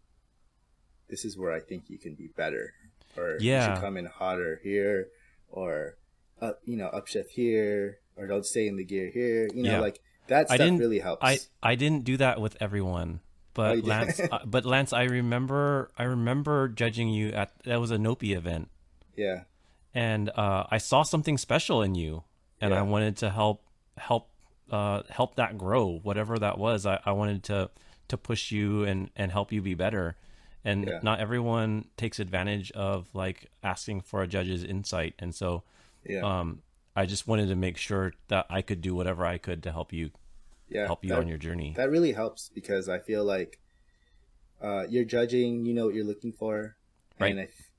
A: "This is where I think you can be better, or you
B: Yeah.
A: should come in hotter here, or up, you know, upshift here, or don't stay in the gear here." You know,
B: Yeah.
A: like that
B: I
A: stuff
B: didn't
A: really helps.
B: I I didn't do that with everyone,
A: Oh,
B: but
A: you did?
B: Lance, uh, but Lance, I remember I remember judging you at that was a Nopi event,
A: yeah,
B: and uh, I saw something special in you, and I
A: Yeah.
B: wanted to help help uh, help that grow, whatever that was. I, I wanted to to push you and and help you be better, and
A: Yeah.
B: not everyone takes advantage of like asking for a judge's insight, and so
A: yeah,
B: um, I just wanted to make sure that I could do whatever I could to help you
A: yeah.
B: help you
A: That-
B: on your journey.
A: that really helps because I feel like uh, you're judging, you know what you're looking for, and I,
B: Right.
A: f-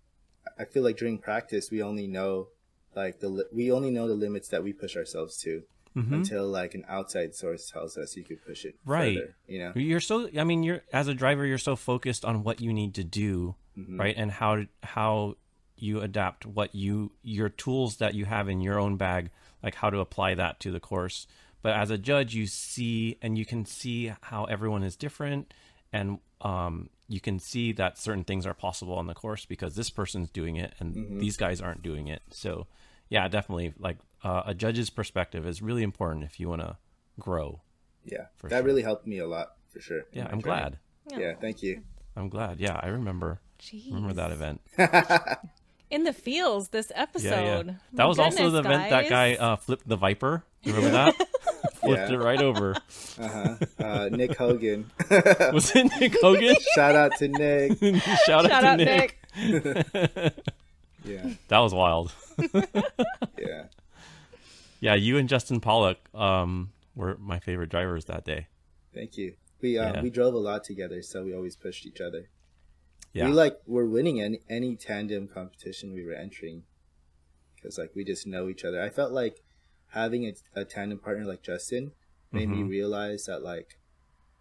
A: I feel like during practice we only know like the li- we only know the limits that we push ourselves to
B: Mm-hmm.
A: until like an outside source tells us you could push it
B: Right.
A: further, you know
B: You're so I mean you're as a driver you're so focused on what you need to do, right? And how how you adapt what you your tools that you have in your own bag, like how to apply that to the course. But as a judge, you see and you can see how everyone is different and um you can see that certain things are possible on the course because this person's doing it and these guys aren't doing it. So yeah, definitely. Like uh, a judge's perspective is really important if you want to grow.
A: Yeah,
B: For
A: that
B: sure.
A: really helped me a lot for sure. in
B: Yeah,
A: my
B: I'm
A: journey.
B: glad.
A: Yeah, thank you.
B: I'm glad. Yeah, I remember.
C: Oh, Jeez.
B: Remember that event.
C: In the fields this episode.
B: Yeah, yeah.
C: My
B: That was also
C: goodness,
B: the event that guy
C: guys.
B: uh, flipped the Viper. You remember that? flipped
A: Yeah.
B: it right over.
A: Uh, Nick Hogan.
B: Was it Nick Hogan?
A: Shout out to Nick.
B: Shout, out
C: Shout
B: to
C: out,
B: Nick.
C: Nick.
A: Yeah,
B: That was wild.
A: yeah,
B: Yeah, you and Justin Pollock um, were my favorite drivers that day.
A: thank you. We uh,
B: Yeah.
A: we drove a lot together, so we always pushed each other.
B: Yeah,
A: We like were winning any any tandem competition we were entering, because like we just know each other. I felt like having a, a tandem partner like Justin made
B: Mm-hmm.
A: me realize that like,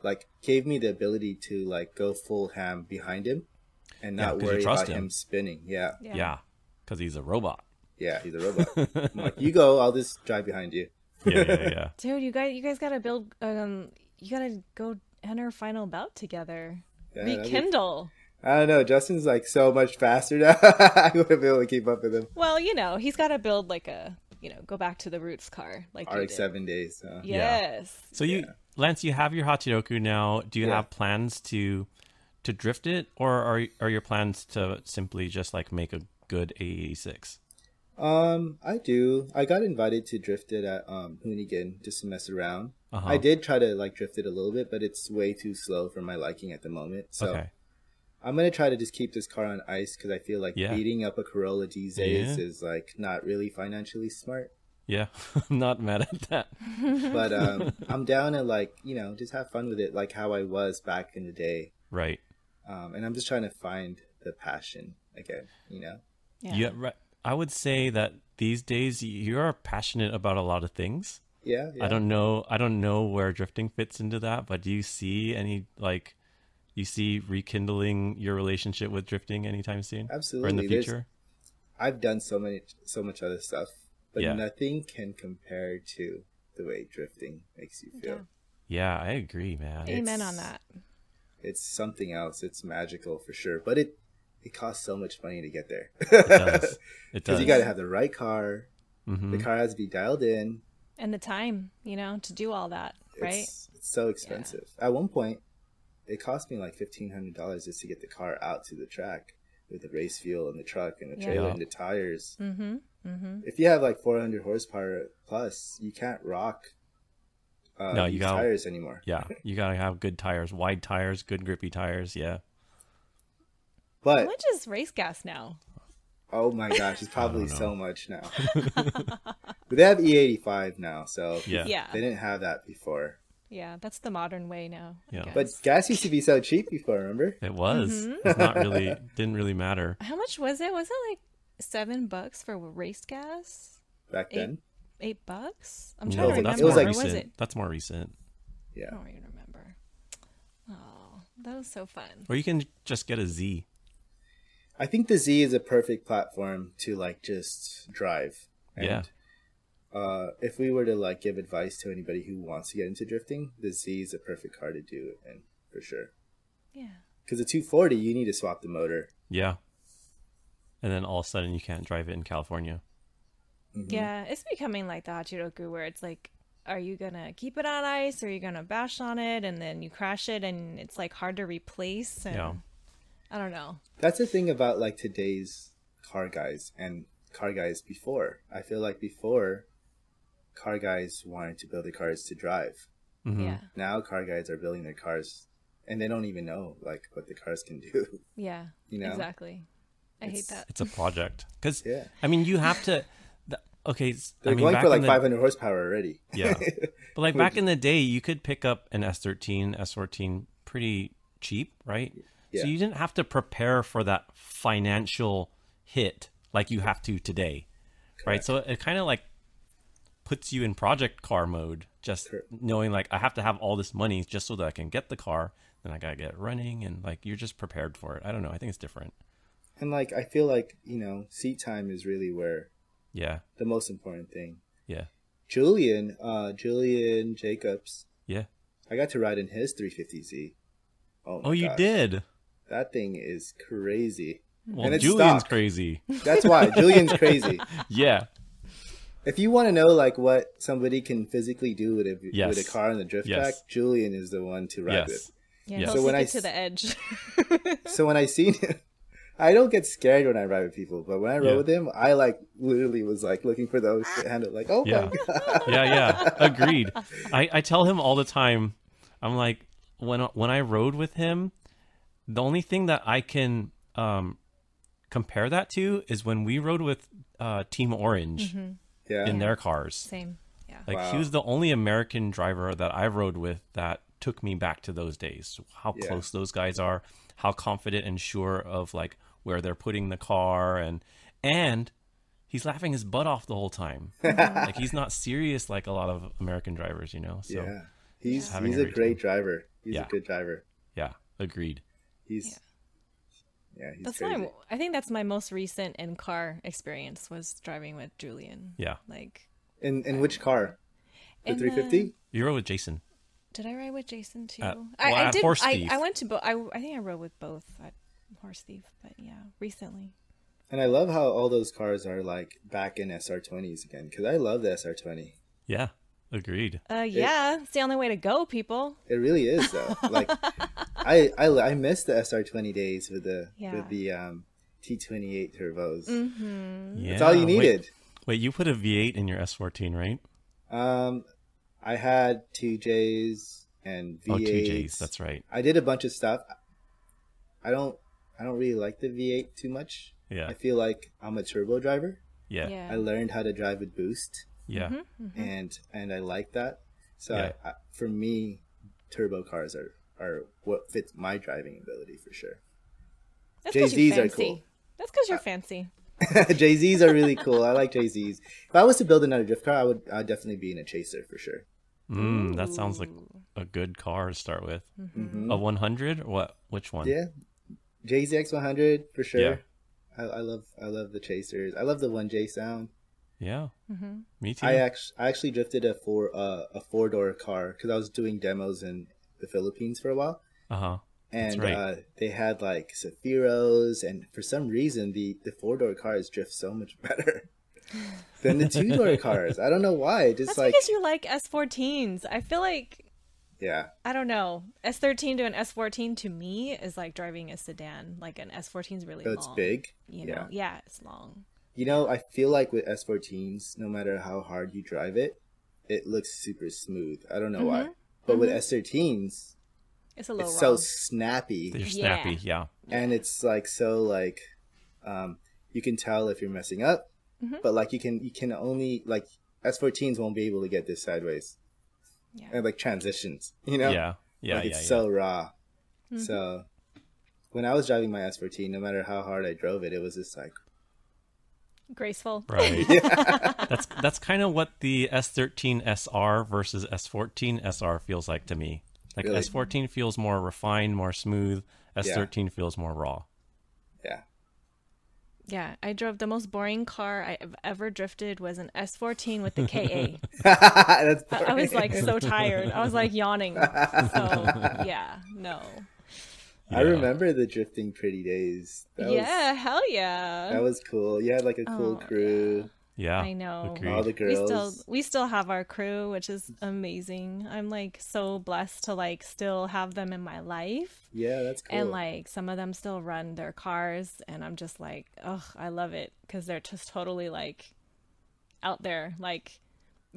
A: like gave me the ability to like go full ham behind him, and
B: Yeah,
A: not
B: 'cause you
A: worry
B: trust
A: about
B: him.
A: him spinning. Yeah,
B: yeah, because he's a robot.
A: yeah, he's a robot. I'm like you go, I'll just drive behind you.
B: Yeah, yeah, yeah.
C: Dude, you guys, you guys gotta build. Um, you gotta go enter final bout together.
A: Yeah, that'd be-
C: Rekindle.
A: I don't know. Justin's like so much faster now. I wouldn't be able to keep up with him.
C: Well, you know, he's gotta build like a, you know, go back to the roots car, like you did.
A: RX seven days. Uh,
C: Yes.
B: So you, Lance, you have your Hachidoku now. Do you
A: Yeah.
B: have plans to to drift it, or are are your plans to simply just like make a good AE6?
A: Um, I do. I got invited to drift it at um Hoonigan just to mess around.
B: Uh-huh.
A: I did try to like drift it a little bit, but it's way too slow for my liking at the moment. So
B: Okay.
A: I'm gonna try to just keep this car on ice because I feel like
B: Yeah.
A: beating up a Corolla these days
B: Yeah.
A: is like not really financially smart.
B: Yeah, I'm not mad at that.
A: But um, I'm down to like you know just have fun with it, like how I was back in the day.
B: Right.
A: Um, and I'm just trying to find the passion again. You know.
C: Yeah.
B: Yeah. Right. I would say that these days you are passionate about a lot of things.
A: Yeah. yeah.
B: I don't know. I don't know where drifting fits into that, but do you see any like you see rekindling your relationship with drifting anytime soon? Or in
A: Absolutely.
B: the
A: There's-
B: future?
A: I've done so many, so much other stuff, but
B: Yeah.
A: nothing can compare to the way drifting makes you feel.
B: Yeah, I agree, man.
C: Amen
A: It's-
C: on that.
A: It's something else. It's magical for sure, but it it costs so much money to get there
B: It does. It does.
A: because you got to have the right car.
B: Mhm.
A: The car has to be dialed in.
C: And the time, you know, to do all that,
A: It's,
C: right?
A: it's so expensive. At one point, it cost me like fifteen hundred dollars just to get the car out to the track with the race fuel and the truck and the
C: Yeah.
A: trailer
B: Yeah.
A: and the tires.
C: Mm-hmm. Mm-hmm.
A: if you have like 400 horsepower plus, you can't rock uh,
B: No, you
A: these
B: gotta-
A: tires anymore.
B: Yeah, you gotta have good tires, wide tires, good grippy tires. Yeah,
C: How
A: But
C: much is race gas now?
A: oh my gosh, it's probably so much now. but they have E85 now, so
B: yeah,
C: Yeah.
A: they didn't have that before.
C: Yeah, that's the modern way now. I
B: Yeah.
C: guess.
A: But gas used to be so cheap before, remember?
B: It was.
C: Mm-hmm.
B: It's not really. Didn't really matter.
C: how much was it? Was it like seven bucks for race gas?
A: Back then,
C: Eight bucks? I'm
B: No,
C: trying to
B: that's
C: remember.
A: It was
B: more
A: like-
C: or
B: recent.
C: was it?
B: That's more recent.
A: yeah,
C: I don't even remember. Oh, that was so fun.
B: Or you can just get a Z.
A: I think the Z is a perfect platform to like just drive.
B: Yeah.
A: Uh, if we were to like give advice to anybody who wants to get into drifting, the Z is a perfect car to do it in for sure.
C: Yeah.
A: Because the 240, you need to swap the motor.
B: Yeah. And then all of a sudden you can't drive it in California.
C: Yeah, it's becoming like the Hachiroku where it's like, are you gonna keep it on ice or are you gonna bash on it and then you crash it and it's like hard to replace and
B: Yeah.
C: I don't know.
A: That's the thing about like today's car guys and car guys before. I feel like before, car guys wanted to build their cars to drive.
B: Mm-hmm.
C: Yeah.
A: Now car guys are building their cars, and they don't even know like what the cars can do.
C: Yeah.
A: You know?
C: Exactly. I hate
A: It's-
C: that.
B: It's a project. Because
A: Yeah.
B: I mean, you have to. The, okay, s- I
A: They're
B: mean,
A: going
B: back
A: for
B: in
A: like
B: the-
A: 500 horsepower already.
B: Yeah. But like back in the day, you could pick up an S13, S14 pretty cheap, right?
A: Yeah.
B: So you didn't have to prepare for that financial hit like you have to today, right? So it kind of like puts you in project car mode, just knowing like I have to have all this money just so that I can get the car. Then I gotta get it running, and like you're just prepared for it. I don't know. I think it's different.
A: And like I feel like you know seat time is really where
B: Yeah,
A: the most important thing.
B: yeah,
A: Julian, uh, Julian Jacobs,
B: yeah.
A: I got to ride in his 350Z. Oh, my
B: Oh, you
A: gosh.
B: did.
A: That thing is crazy.
B: Well,
A: And it's
B: Julian's
A: stock.
B: crazy.
A: That's why Julian's crazy.
B: Yeah,
A: If you want to know like what somebody can physically do with a
B: Yes.
A: with a car in the drift
B: Yes.
A: track, Julian is the one to ride
B: yes.
C: Yeah,
B: Yeah.
C: he'll
B: So
A: when
C: stick
A: I
C: it to
A: s-
C: the edge.
A: with. So when I seen him, I don't get scared when I ride with people, but when I rode
B: Yeah.
A: with him, I like literally was like looking for the handle, like oh
B: Yeah.
A: my god,
B: yeah, yeah. Agreed. I, I tell him all the time. I'm like when when I rode with him, the only thing that I can um, compare that to is when we rode with uh, Team Orange
A: yeah,
B: in their cars.
C: Same. Yeah.
B: Like he
A: Wow.
B: was the only American driver that I rode with that took me back to those days. How
A: Yeah.
B: close those guys are, how confident and sure of like where they're putting the car and and he's laughing his butt off the whole time. like he's not serious like a lot of American drivers, you know. So
A: yeah. He's
B: having
A: he's
B: a
A: a
B: great
A: great driver. He's
B: Yeah.
A: a good driver.
B: yeah, agreed.
A: He's yeah, he's
C: That's
A: crazy.
C: my. I think that's my most recent in car experience was driving with Julian.
B: Yeah.
C: Like
A: In in which car? The
C: In the-
A: three fifty.
B: You rode with Jason.
C: Did I ride with Jason too?
B: Uh,
C: I,
B: well,
C: I
B: at
C: did.
B: Horse
C: I,
B: Thief.
C: I went to both. I, I think I rode with both at Horse Thief, but yeah, recently.
A: And I love how all those cars are like back in SR20s again because I love the SR20.
B: Yeah, agreed.
C: Uh, yeah, it's the only way to go, people.
A: It really is though. like I, I I miss the SR20 days with the
C: Yeah. Mm-hmm.
A: with the um, T28 turbos.
B: Yeah.
A: That's all you
B: wait-
A: needed.
B: Wait, you put a V8 in your S14, right?
A: Um, I had TJs and V8s.
B: Oh, TJs. That's right.
A: I did a bunch of stuff. I don't I don't really like the V8 too much.
B: Yeah.
A: I feel like I'm a turbo driver.
B: Yeah. Yeah.
C: Yeah.
A: I learned how to drive with boost. and and I like that. So
B: Mm-hmm. Yeah.
A: I, I, for me, turbo cars are are what fits my driving ability for sure.
C: That's 'cause you
A: Jay-Z's are
C: fancy.
A: cool.
C: That's because you're fancy.
A: Jay Z's are really cool. I like Jay Z's. If I was to build another drift car, I would I'd definitely be in a chaser for sure.
B: Mm, that sounds like a good car to start with. A 100? What? Which Mm-hmm. one?
A: Yeah, Jay Z X one hundred for sure.
B: Yeah.
A: I, I love I love the chasers. I love the one J sound.
B: Yeah.
C: Mm-hmm.
B: Me too.
A: I uh, actually I actually drifted a four uh, a four door car because I was doing demos in the Philippines for a while.
B: uh huh. That's
A: and
B: right.
A: uh, they had like Sephiros, and for some reason the the four door cars drift so much better than the two door cars. I don't know why. It's Just
C: That's
A: like
C: because you like S14s. I feel like
A: yeah,
C: I don't know. S13 to an S14 to me is like driving a sedan. Like an S14 is really
A: so
C: long.
A: it's big.
C: You
A: yeah,
C: know? Yeah, it's long.
A: you know, I feel like with S14s, no matter how hard you drive it, it looks super smooth. I don't know why, but with S13s,
C: It's Mm-hmm. a little
A: it's so
C: raw.
A: snappy,
B: They're
C: Yeah.
B: snappy. Yeah.
A: and it's like so like, um, you can tell if you're messing up,
C: Mm-hmm.
A: but like you can you can only like S14s won't be able to get this sideways.
C: Yeah.
A: and like transitions, you
B: Yeah.
A: know?
B: Yeah. Yeah.
A: like
B: yeah,
A: it's so raw.
C: Mm-hmm.
A: So when I was driving my S14, no matter how hard I drove it, it was just like,
C: Graceful.
B: Right. That's that's kind of what the S13 SR versus S14 SR feels like to me. Like
A: Really?
B: S14 feels more refined, more smooth. S13 feels more raw.
A: yeah,
C: Yeah, I drove the most boring car I've ever drifted was an S14 with the KA.
A: that's
C: I, I was like so tired. I was like yawning. So yeah, no.
A: I remember the drifting pretty days. That
C: yeah,
A: was,
C: hell yeah.
A: that was cool. You had like a cool
C: Oh,
A: crew,
B: Yeah.
C: I know.
B: Agreed.
A: all the
C: we
A: girls.
C: still we still have our crew, which is amazing. I'm like so blessed to like still have them in my life.
A: yeah, that's cool.
C: And like some of them still run their cars and I'm just like, "Ugh, I love it cuz they're just totally like out there like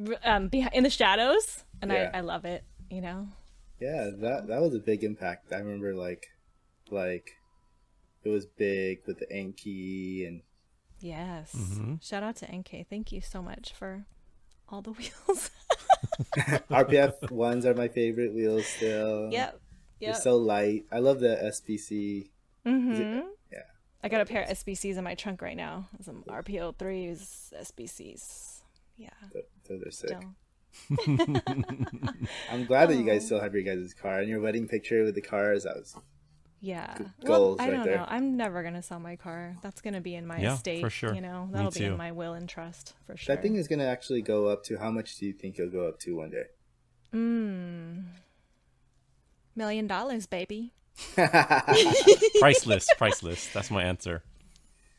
C: r- um behind, in the shadows and
A: Yeah.
C: I I love it, you know.
A: yeah, that that was a big impact. I remember like, like, it was big with the Anki and
C: Yes.
A: Mm-hmm.
C: Shout out to NK. Thank you so much for all the wheels.
A: RPF ones are my favorite wheels still.
C: yep.
A: They're Uh,
C: Yep. Mm-hmm.
A: so light. I love the SPC. Is it-
C: I got a pair of SBCs in my trunk right now. Some RPO threes, SBCs. Yeah.
A: Th- Those are sick.
C: Still.
A: I'm glad that you guys still have your guys' car and your wedding picture with the cars. That was
C: Yeah.
A: goals
C: well, I
A: right
C: don't
A: there.
C: know. I'm never gonna sell my car. That's gonna be in my
B: Yeah,
C: estate.
B: for sure.
C: You know,
B: Me
C: that'll be
B: too.
C: in my will and trust for sure.
A: that thing is gonna actually go up to how much do you think it'll go up to one day?
C: Million dollars, baby.
B: priceless. Priceless. That's my answer.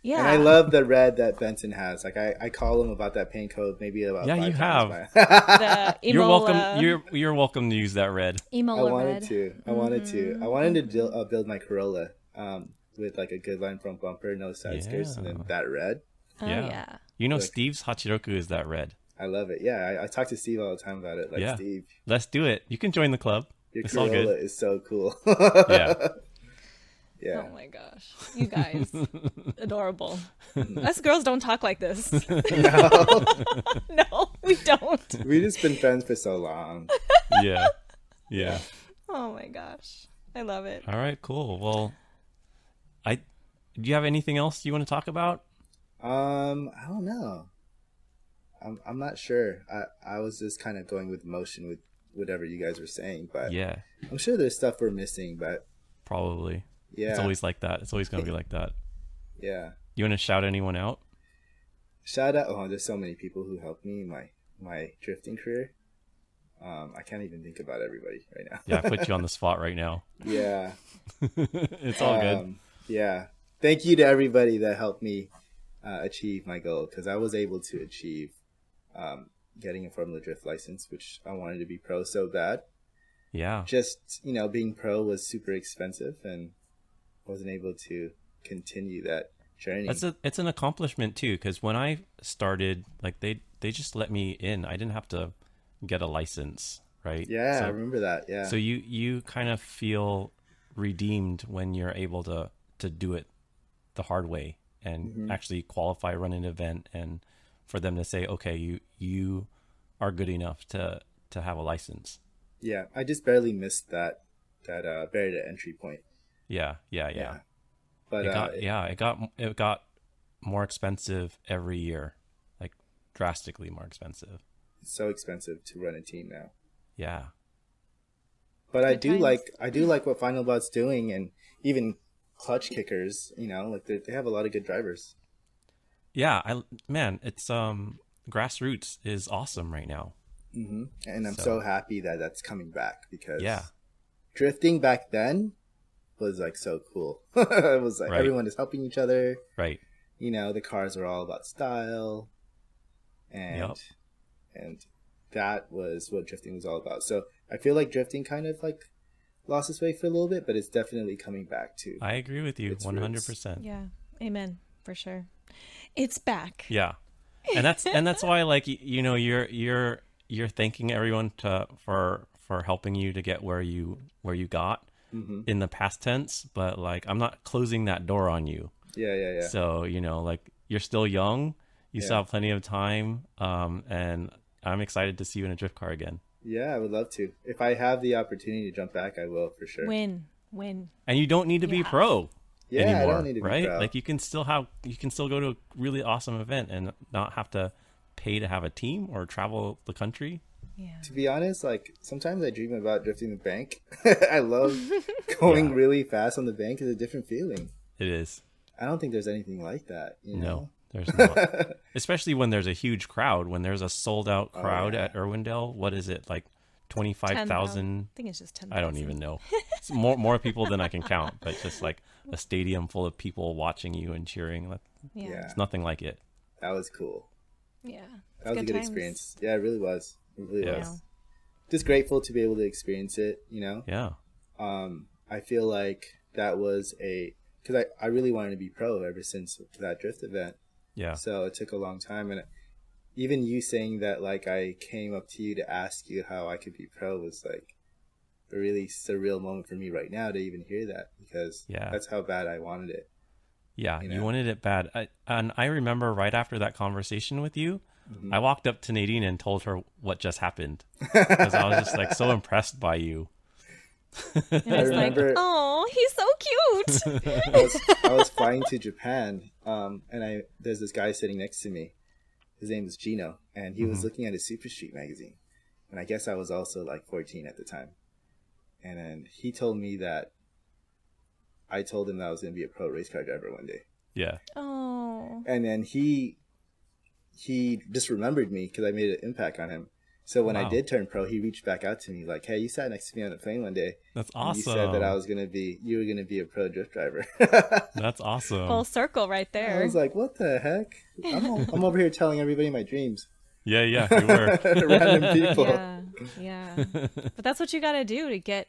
C: Yeah.
A: And I love the red that Benson has. Like I, I call him about that paint code maybe about
B: Yeah,
A: five
B: you
A: times by-
C: the
B: You're
C: Emola-
B: welcome. You're you're welcome to use that red.
A: I
D: Emola
A: wanted
D: red.
A: to. I wanted to. I wanted to build, uh, build my Corolla um, with like a good line front bumper, no side skirts, and then
B: Yeah.
A: that red.
C: Oh,
B: yeah.
C: yeah.
B: You know,
A: Like-
B: Steve's Hachiroku is that red.
A: I love it. Yeah, I, I talk to Steve all the time about it. Like
B: Yeah.
A: Steve,
B: Let's do it. You can join the club.
A: your
B: it's all
A: Corolla
B: good.
A: is so cool.
B: Yeah.
A: yeah.
C: Oh my gosh. You guys. Adorable. Us girls don't talk like this. no, we don't.
A: we just been friends for so long.
B: yeah. Yeah.
C: Oh my gosh. I love it.
B: All right. Cool. Well, I. Do you have anything else you want to talk about?
A: Um, I don't know. I'm I'm not sure. I I was just kind of going with motion with whatever you guys were saying, but
B: Yeah.
A: I'm sure there's stuff we're missing. But
B: Probably.
A: yeah,
B: It's always like that. It's always gonna be like that.
A: yeah.
B: You want to shout anyone out?
A: Shout out! Oh, there's so many people who helped me in my my drifting career. Um, I can't even think about everybody right now.
B: Yeah, I put you on the spot right now.
A: yeah.
B: it's all good.
A: Um, yeah. Thank you to everybody that helped me uh, achieve my goal because I was able to achieve um, getting a Formula Drift license, which I wanted to be pro so bad.
B: Yeah.
A: Just, you know, being pro was super expensive and wasn't able to continue that journey.
B: That's a it's an accomplishment too because when I started, like they they just let me in. I didn't have to get a license, right?
A: yeah, I
B: So,
A: remember that. Yeah.
B: so you you kind of feel redeemed when you're able to to do it the hard way and
A: Mm-hmm.
B: actually qualify, run an event, and for them to say, okay, you you are good enough to to have a license.
A: yeah, I just barely missed that that uh, barrier to entry point.
B: Yeah, Uh, yeah, yeah.
A: Yeah. But
B: it
A: uh,
B: got yeah, it got it got more expensive every year, like drastically more expensive.
A: it's so expensive to run a team now.
B: Yeah.
A: But I
C: Good
A: do
C: times.
A: like I do like what Final Blood's doing, and even Clutch Kickers. You know, like they they have a lot of good drivers.
B: Yeah, I man, it's um grassroots is awesome right now.
A: hmm And I'm so.
B: Mm-hmm. So-
A: happy that that's coming back because
B: Yeah.
A: drifting back then was like so cool. it was like
B: Right.
A: everyone is helping each other.
B: Right.
A: You know, the cars are all about style, and
B: Yep.
A: and that was what drifting was all about. So I feel like drifting kind of like lost its way for a little bit, but it's definitely coming back too.
B: I agree with you
A: It's roots.
B: 100%.
C: Yeah. Amen. For sure. It's back.
B: Yeah. And that's and that's why like y- you know you're you're you're thanking everyone to for for helping you to get where you where you got
A: Mm-hmm.
B: in the past tense, but like I'm not closing that door on you.
A: Yeah, yeah, yeah.
B: So, you know, like you're still young, you still
A: Yeah.
B: have plenty of time. Um, and I'm excited to see you in a drift car again.
A: Yeah, I would love to. If I have the opportunity to jump back, I will for sure.
C: Win. Win.
B: And you don't need to be
C: Yeah.
B: pro
A: yeah,
B: anymore,
A: I don't need to be
B: right?
A: proud.
B: Like you can still have, you can still go to a really awesome event and not have to pay to have a team or travel the country.
C: Yeah.
A: to be honest, like sometimes I dream about drifting the bank. I love going
B: Yeah.
A: really fast on the bank is a different feeling.
B: It is
A: I don't think there's anything like that. You
B: no,
A: know?
B: there's not. Especially when there's a huge crowd, when there's a sold out crowd
A: Oh, yeah.
B: at Irwindale. What is it like? Twenty five
C: 10,000.
B: thousand
C: I think it's just 10,000.
B: I don't even know. It's more more people than I can count, but just like a stadium full of people watching you and cheering. like,
C: Yeah.
A: Yeah.
C: Yeah.
B: It's nothing like it.
A: That was cool.
C: It's
A: That was a good
C: times.
A: experience. Yeah, it really was. It really
B: Yeah.
A: was. Just grateful to be able to experience it. You know,
B: Yeah.
A: um, I feel like that was a because I, I really wanted to be pro ever since that drift event.
B: Yeah.
A: So it took a long time, and even you saying that, like I came up to you to ask you how I could be pro, was like a really surreal moment for me right now to even hear that because
B: Yeah.
A: that's how bad I wanted it.
B: Yeah.
A: you
B: You,
A: know.
B: wanted it bad. I, and I remember right after that conversation with you,
A: Mm-hmm.
B: I walked up to Nadine and told her what just happened. Because I was just like so impressed by you.
C: And it's like,
A: remember-
C: oh, he's so cute.
A: I was, I was flying to Japan, um, and I there's this guy sitting next to me. His name was Gino, and he
B: Mm-hmm.
A: was looking at his Super Street magazine, and I guess I was also like 14 at the time. And then he told me that I told him that I was going to be a pro race car driver one day.
B: Yeah.
C: oh.
A: and then he he just remembered me because I made an impact on him, So when I
B: Wow.
A: did turn pro, he reached back out to me like, "Hey, you sat next to me on the plane one day.
B: That's
A: and
B: awesome.
A: You said that I was gonna be, you were gonna be a pro drift driver."
B: That's awesome.
C: Full circle right
A: I
C: there.
A: was like, "What the heck? I'm, o- I'm over here telling everybody my dreams,
B: Yeah, yeah, you were.
A: random people." Yeah,
C: yeah, yeah. but that's what you got to do to get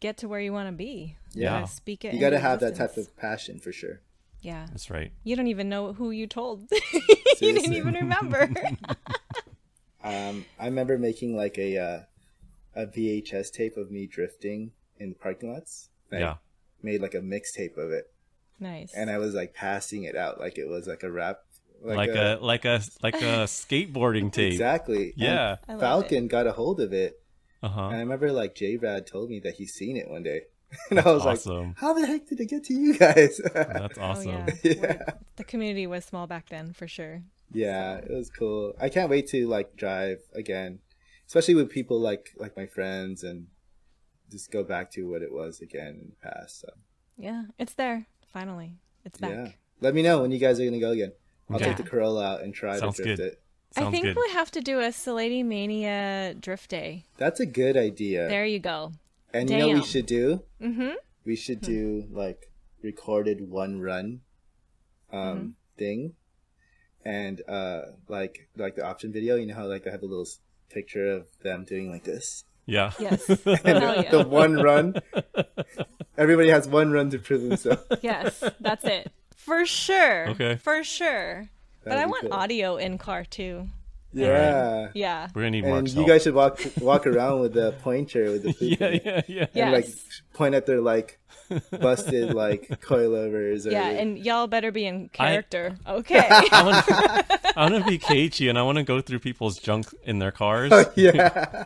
C: get to where you want to be.
B: Yeah.
C: Gotta speak it.
A: you
C: got
A: gotta
C: to
A: have that type of passion for sure.
C: Yeah.
B: That's right.
C: You don't even know who you told. you didn't
A: Seriously.
C: even remember.
A: Um, I remember making like a uh, a VHS tape of me drifting in the parking lots. I
B: Yeah.
A: made like a mixtape of it,
C: nice.
A: and I was like passing it out like it was like a rap,
B: Like, a, like a like a skateboarding tape.
A: exactly.
B: Yeah.
C: I
A: And
C: love
A: Falcon got a hold of it, and
B: Uh-huh.
A: I remember like J Rad told me that he's seen it one day, and I was
B: awesome.
A: like, "How the heck did it get to you guys?"
B: That's awesome.
C: Oh, yeah.
A: yeah.
C: The community was small back then, for sure.
A: Yeah, it was cool. I can't wait to like drive again, especially with people like like my friends and just go back to what it was again in the past. So,
C: Yeah, it's there. Finally, it's back.
A: yeah, let me know when you guys are gonna go again. I'll
B: Okay.
A: take the Corolla out and try
B: Sounds
A: to drift
B: good.
A: it.
C: I
B: Sounds
C: think
B: good.
C: we have to do a Salady Mania drift day.
A: That's a good idea.
C: There you go.
A: and you know what
C: damn.
A: we should do?
C: Mm-hmm.
A: We should do like recorded one run, um,
C: Mm-hmm.
A: thing, and uh, like like the option video. You know how like I have a little s- picture of them doing like this.
B: Yeah.
C: Yes.
A: and
C: Hell Oh, yeah.
A: the one run. Everybody has one run to prove themselves.
C: yes, that's it. For sure.
B: Okay.
C: For sure. but
A: That'd
C: I
A: be
C: want
A: cool.
C: audio in car too.
A: Yeah.
C: Yeah.
B: We're gonna need
A: And
B: Mark's
A: you
B: help.
A: guys should walk walk around with a pointer with the poop in
B: yeah,
A: it.
B: yeah, yeah,
C: Yeah.
A: and like
C: Yes.
A: point at their like busted like coilovers or
C: Yeah, and y'all better be in
B: I-
C: character. Okay.
B: I want to I wanna be Keiichi and I want to go through people's junk in their cars.
A: yeah,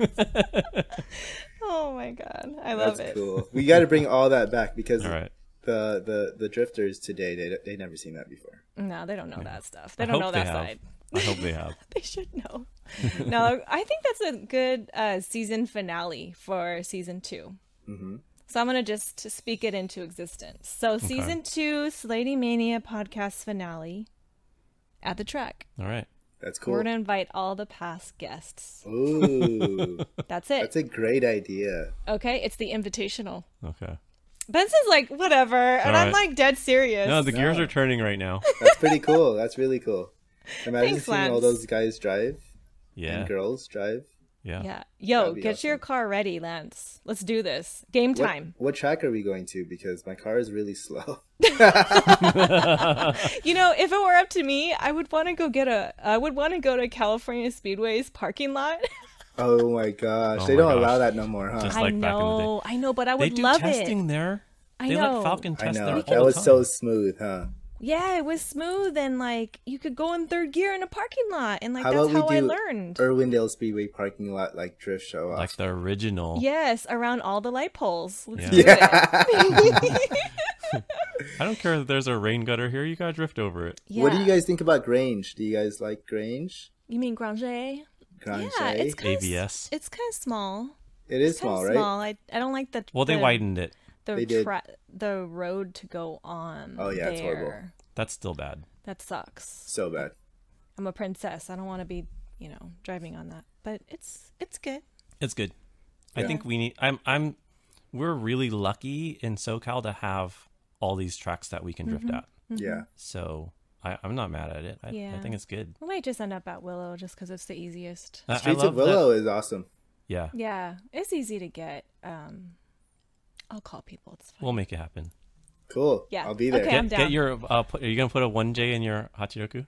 C: oh my god. I love
A: that's
C: it.
A: cool. We got to bring all that back because
B: All right.
A: the, the the drifters today they they never seen that before.
C: No, they don't know that stuff. They
B: I
C: don't
B: hope
C: know
B: they
C: that
B: have.
C: side.
B: I hope they have.
C: They should know. no, I think that's a good uh, season finale for season 2
A: Mm-hmm.
C: So I'm gonna just speak it into existence. So season two, Slady Mania podcast finale at the track.
B: All right.
A: That's cool.
C: We're gonna invite all the past guests.
A: Ooh,
C: That's it.
A: that's a great idea.
C: Okay, it's the invitational.
B: Okay.
C: Benson's like, whatever, and I'm
B: right.
C: like dead serious.
B: No, the gears are turning right now.
A: That's pretty cool. That's really cool. Imagine
C: Thanks,
A: seeing all
C: Lance.
A: those guys drive
B: Yeah.
A: and girls drive.
B: Yeah.
C: yeah. Yo,
A: That'd be
C: get your car ready, Lance. Let's do this. Game
A: What,
C: time.
A: What track are we going to? Because my car is really slow.
C: You know, if it were up to me, I would want to go get a. I would want to go to California Speedway's parking lot.
A: Oh my gosh.
B: Oh
A: they
B: my
A: don't
B: gosh.
A: allow that no more, huh?
B: Just- It's
C: I
B: like back in the day.
C: know, I know, but I
B: They
C: would
B: do
C: love
B: testing
C: it.
B: there.
C: I
B: they
C: know.
B: let Falcon
A: I
B: test there.
A: know.
B: all
A: That
B: the
A: was
B: time.
A: so smooth, huh?
C: Yeah, it was smooth and like you could go in third gear in a parking lot, and like
A: How
C: that's
A: about we
C: how I
A: do er-
C: learned.
A: Irwindale Speedway parking lot like drift show off.
B: like the original.
C: Yes, around all the light poles. Let's
B: Yeah.
C: do it.
B: I don't care that there's a rain gutter here. You gotta drift over it.
C: Yeah.
A: What do you guys think about Grange? Do you guys like Grange?
C: You mean Granger?
A: Grange?
C: Yeah, it's kind
B: ABS.
C: of it's kind of small.
A: It is
C: It's kind
A: small,
C: of
A: right?
C: small. I, I don't like the
B: Well, they
C: the,
B: widened it.
C: the
A: They did.
C: tra- the road to go on.
A: Oh, yeah,
C: there.
A: it's horrible.
B: That's still bad.
C: That sucks.
A: So bad.
C: I'm a princess. I don't want to be you know driving on that, but it's it's good.
B: It's good. I think we need. I'm. I'm. We're really lucky in SoCal to have all these tracks that we can drift
C: Mm-hmm.
B: at.
A: Yeah.
B: So I, I'm not mad at it. I, I
C: Yeah.
B: think it's good.
C: We might just end up at Willow just because it's the easiest.
B: I- I
A: Streets
B: love
A: of
B: that-
A: Willow is awesome.
B: Yeah,
C: Yeah, it's easy to get. Um, I'll call people. It's fine.
B: we'll make it happen.
A: Cool.
C: Yeah.
A: I'll be there.
C: Okay. I'm
B: Get, get
C: down.
B: your. Uh, put, are you gonna put a one J in your Hachiroku?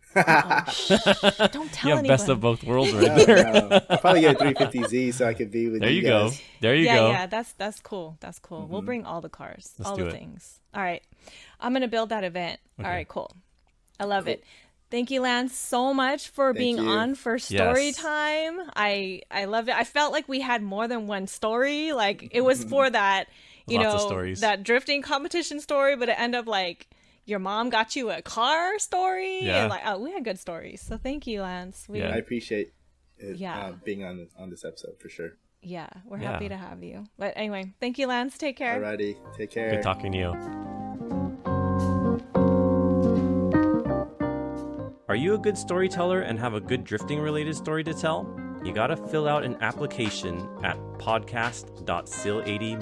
C: Don't tell
B: You have
C: anyone.
B: best of both worlds right
A: Yeah,
B: there.
A: no. I'll probably get a 350Z so I could be with
B: There you go.
A: guys.
B: There you
C: yeah,
B: go. Mm-hmm.
C: yeah, that's that's cool. That's cool. We'll bring all the cars,
B: Let's
C: all
B: do
C: the
B: it.
C: things. All right, I'm gonna build that event. All right, cool. I love it. Thank you, Lance, so much for being
A: you.
C: on for story
B: Yes.
C: time. I I loved it. I felt like we had more than one story. Like it was for that, you
B: Lots of
C: know,
B: stories.
C: that drifting competition story, but it ended up like your mom got you a car story.
B: Yeah.
C: And like oh, we had good stories. So thank you, Lance. We
B: Yeah.
A: I appreciate it,
C: Yeah.
A: uh, being on on this episode for sure.
C: yeah, we're
B: Yeah.
C: happy to have you. But anyway, thank you, Lance. Take care.
A: Alrighty, take care.
B: Good talking to you. Are you a good storyteller and have a good drifting related story to tell? you got to fill out an application at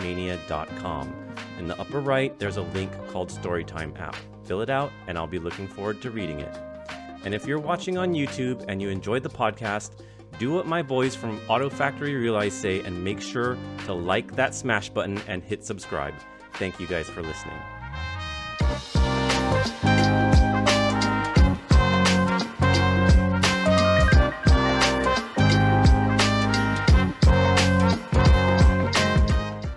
B: podcast.seal80mania.com. In the upper right, there's a link called Storytime App. Fill it out, and I'll be looking forward to reading it. And if you're watching on YouTube and you enjoyed the podcast, do what my boys from Auto Factory Realize say and make sure to like that smash button and hit subscribe. Thank you guys for listening.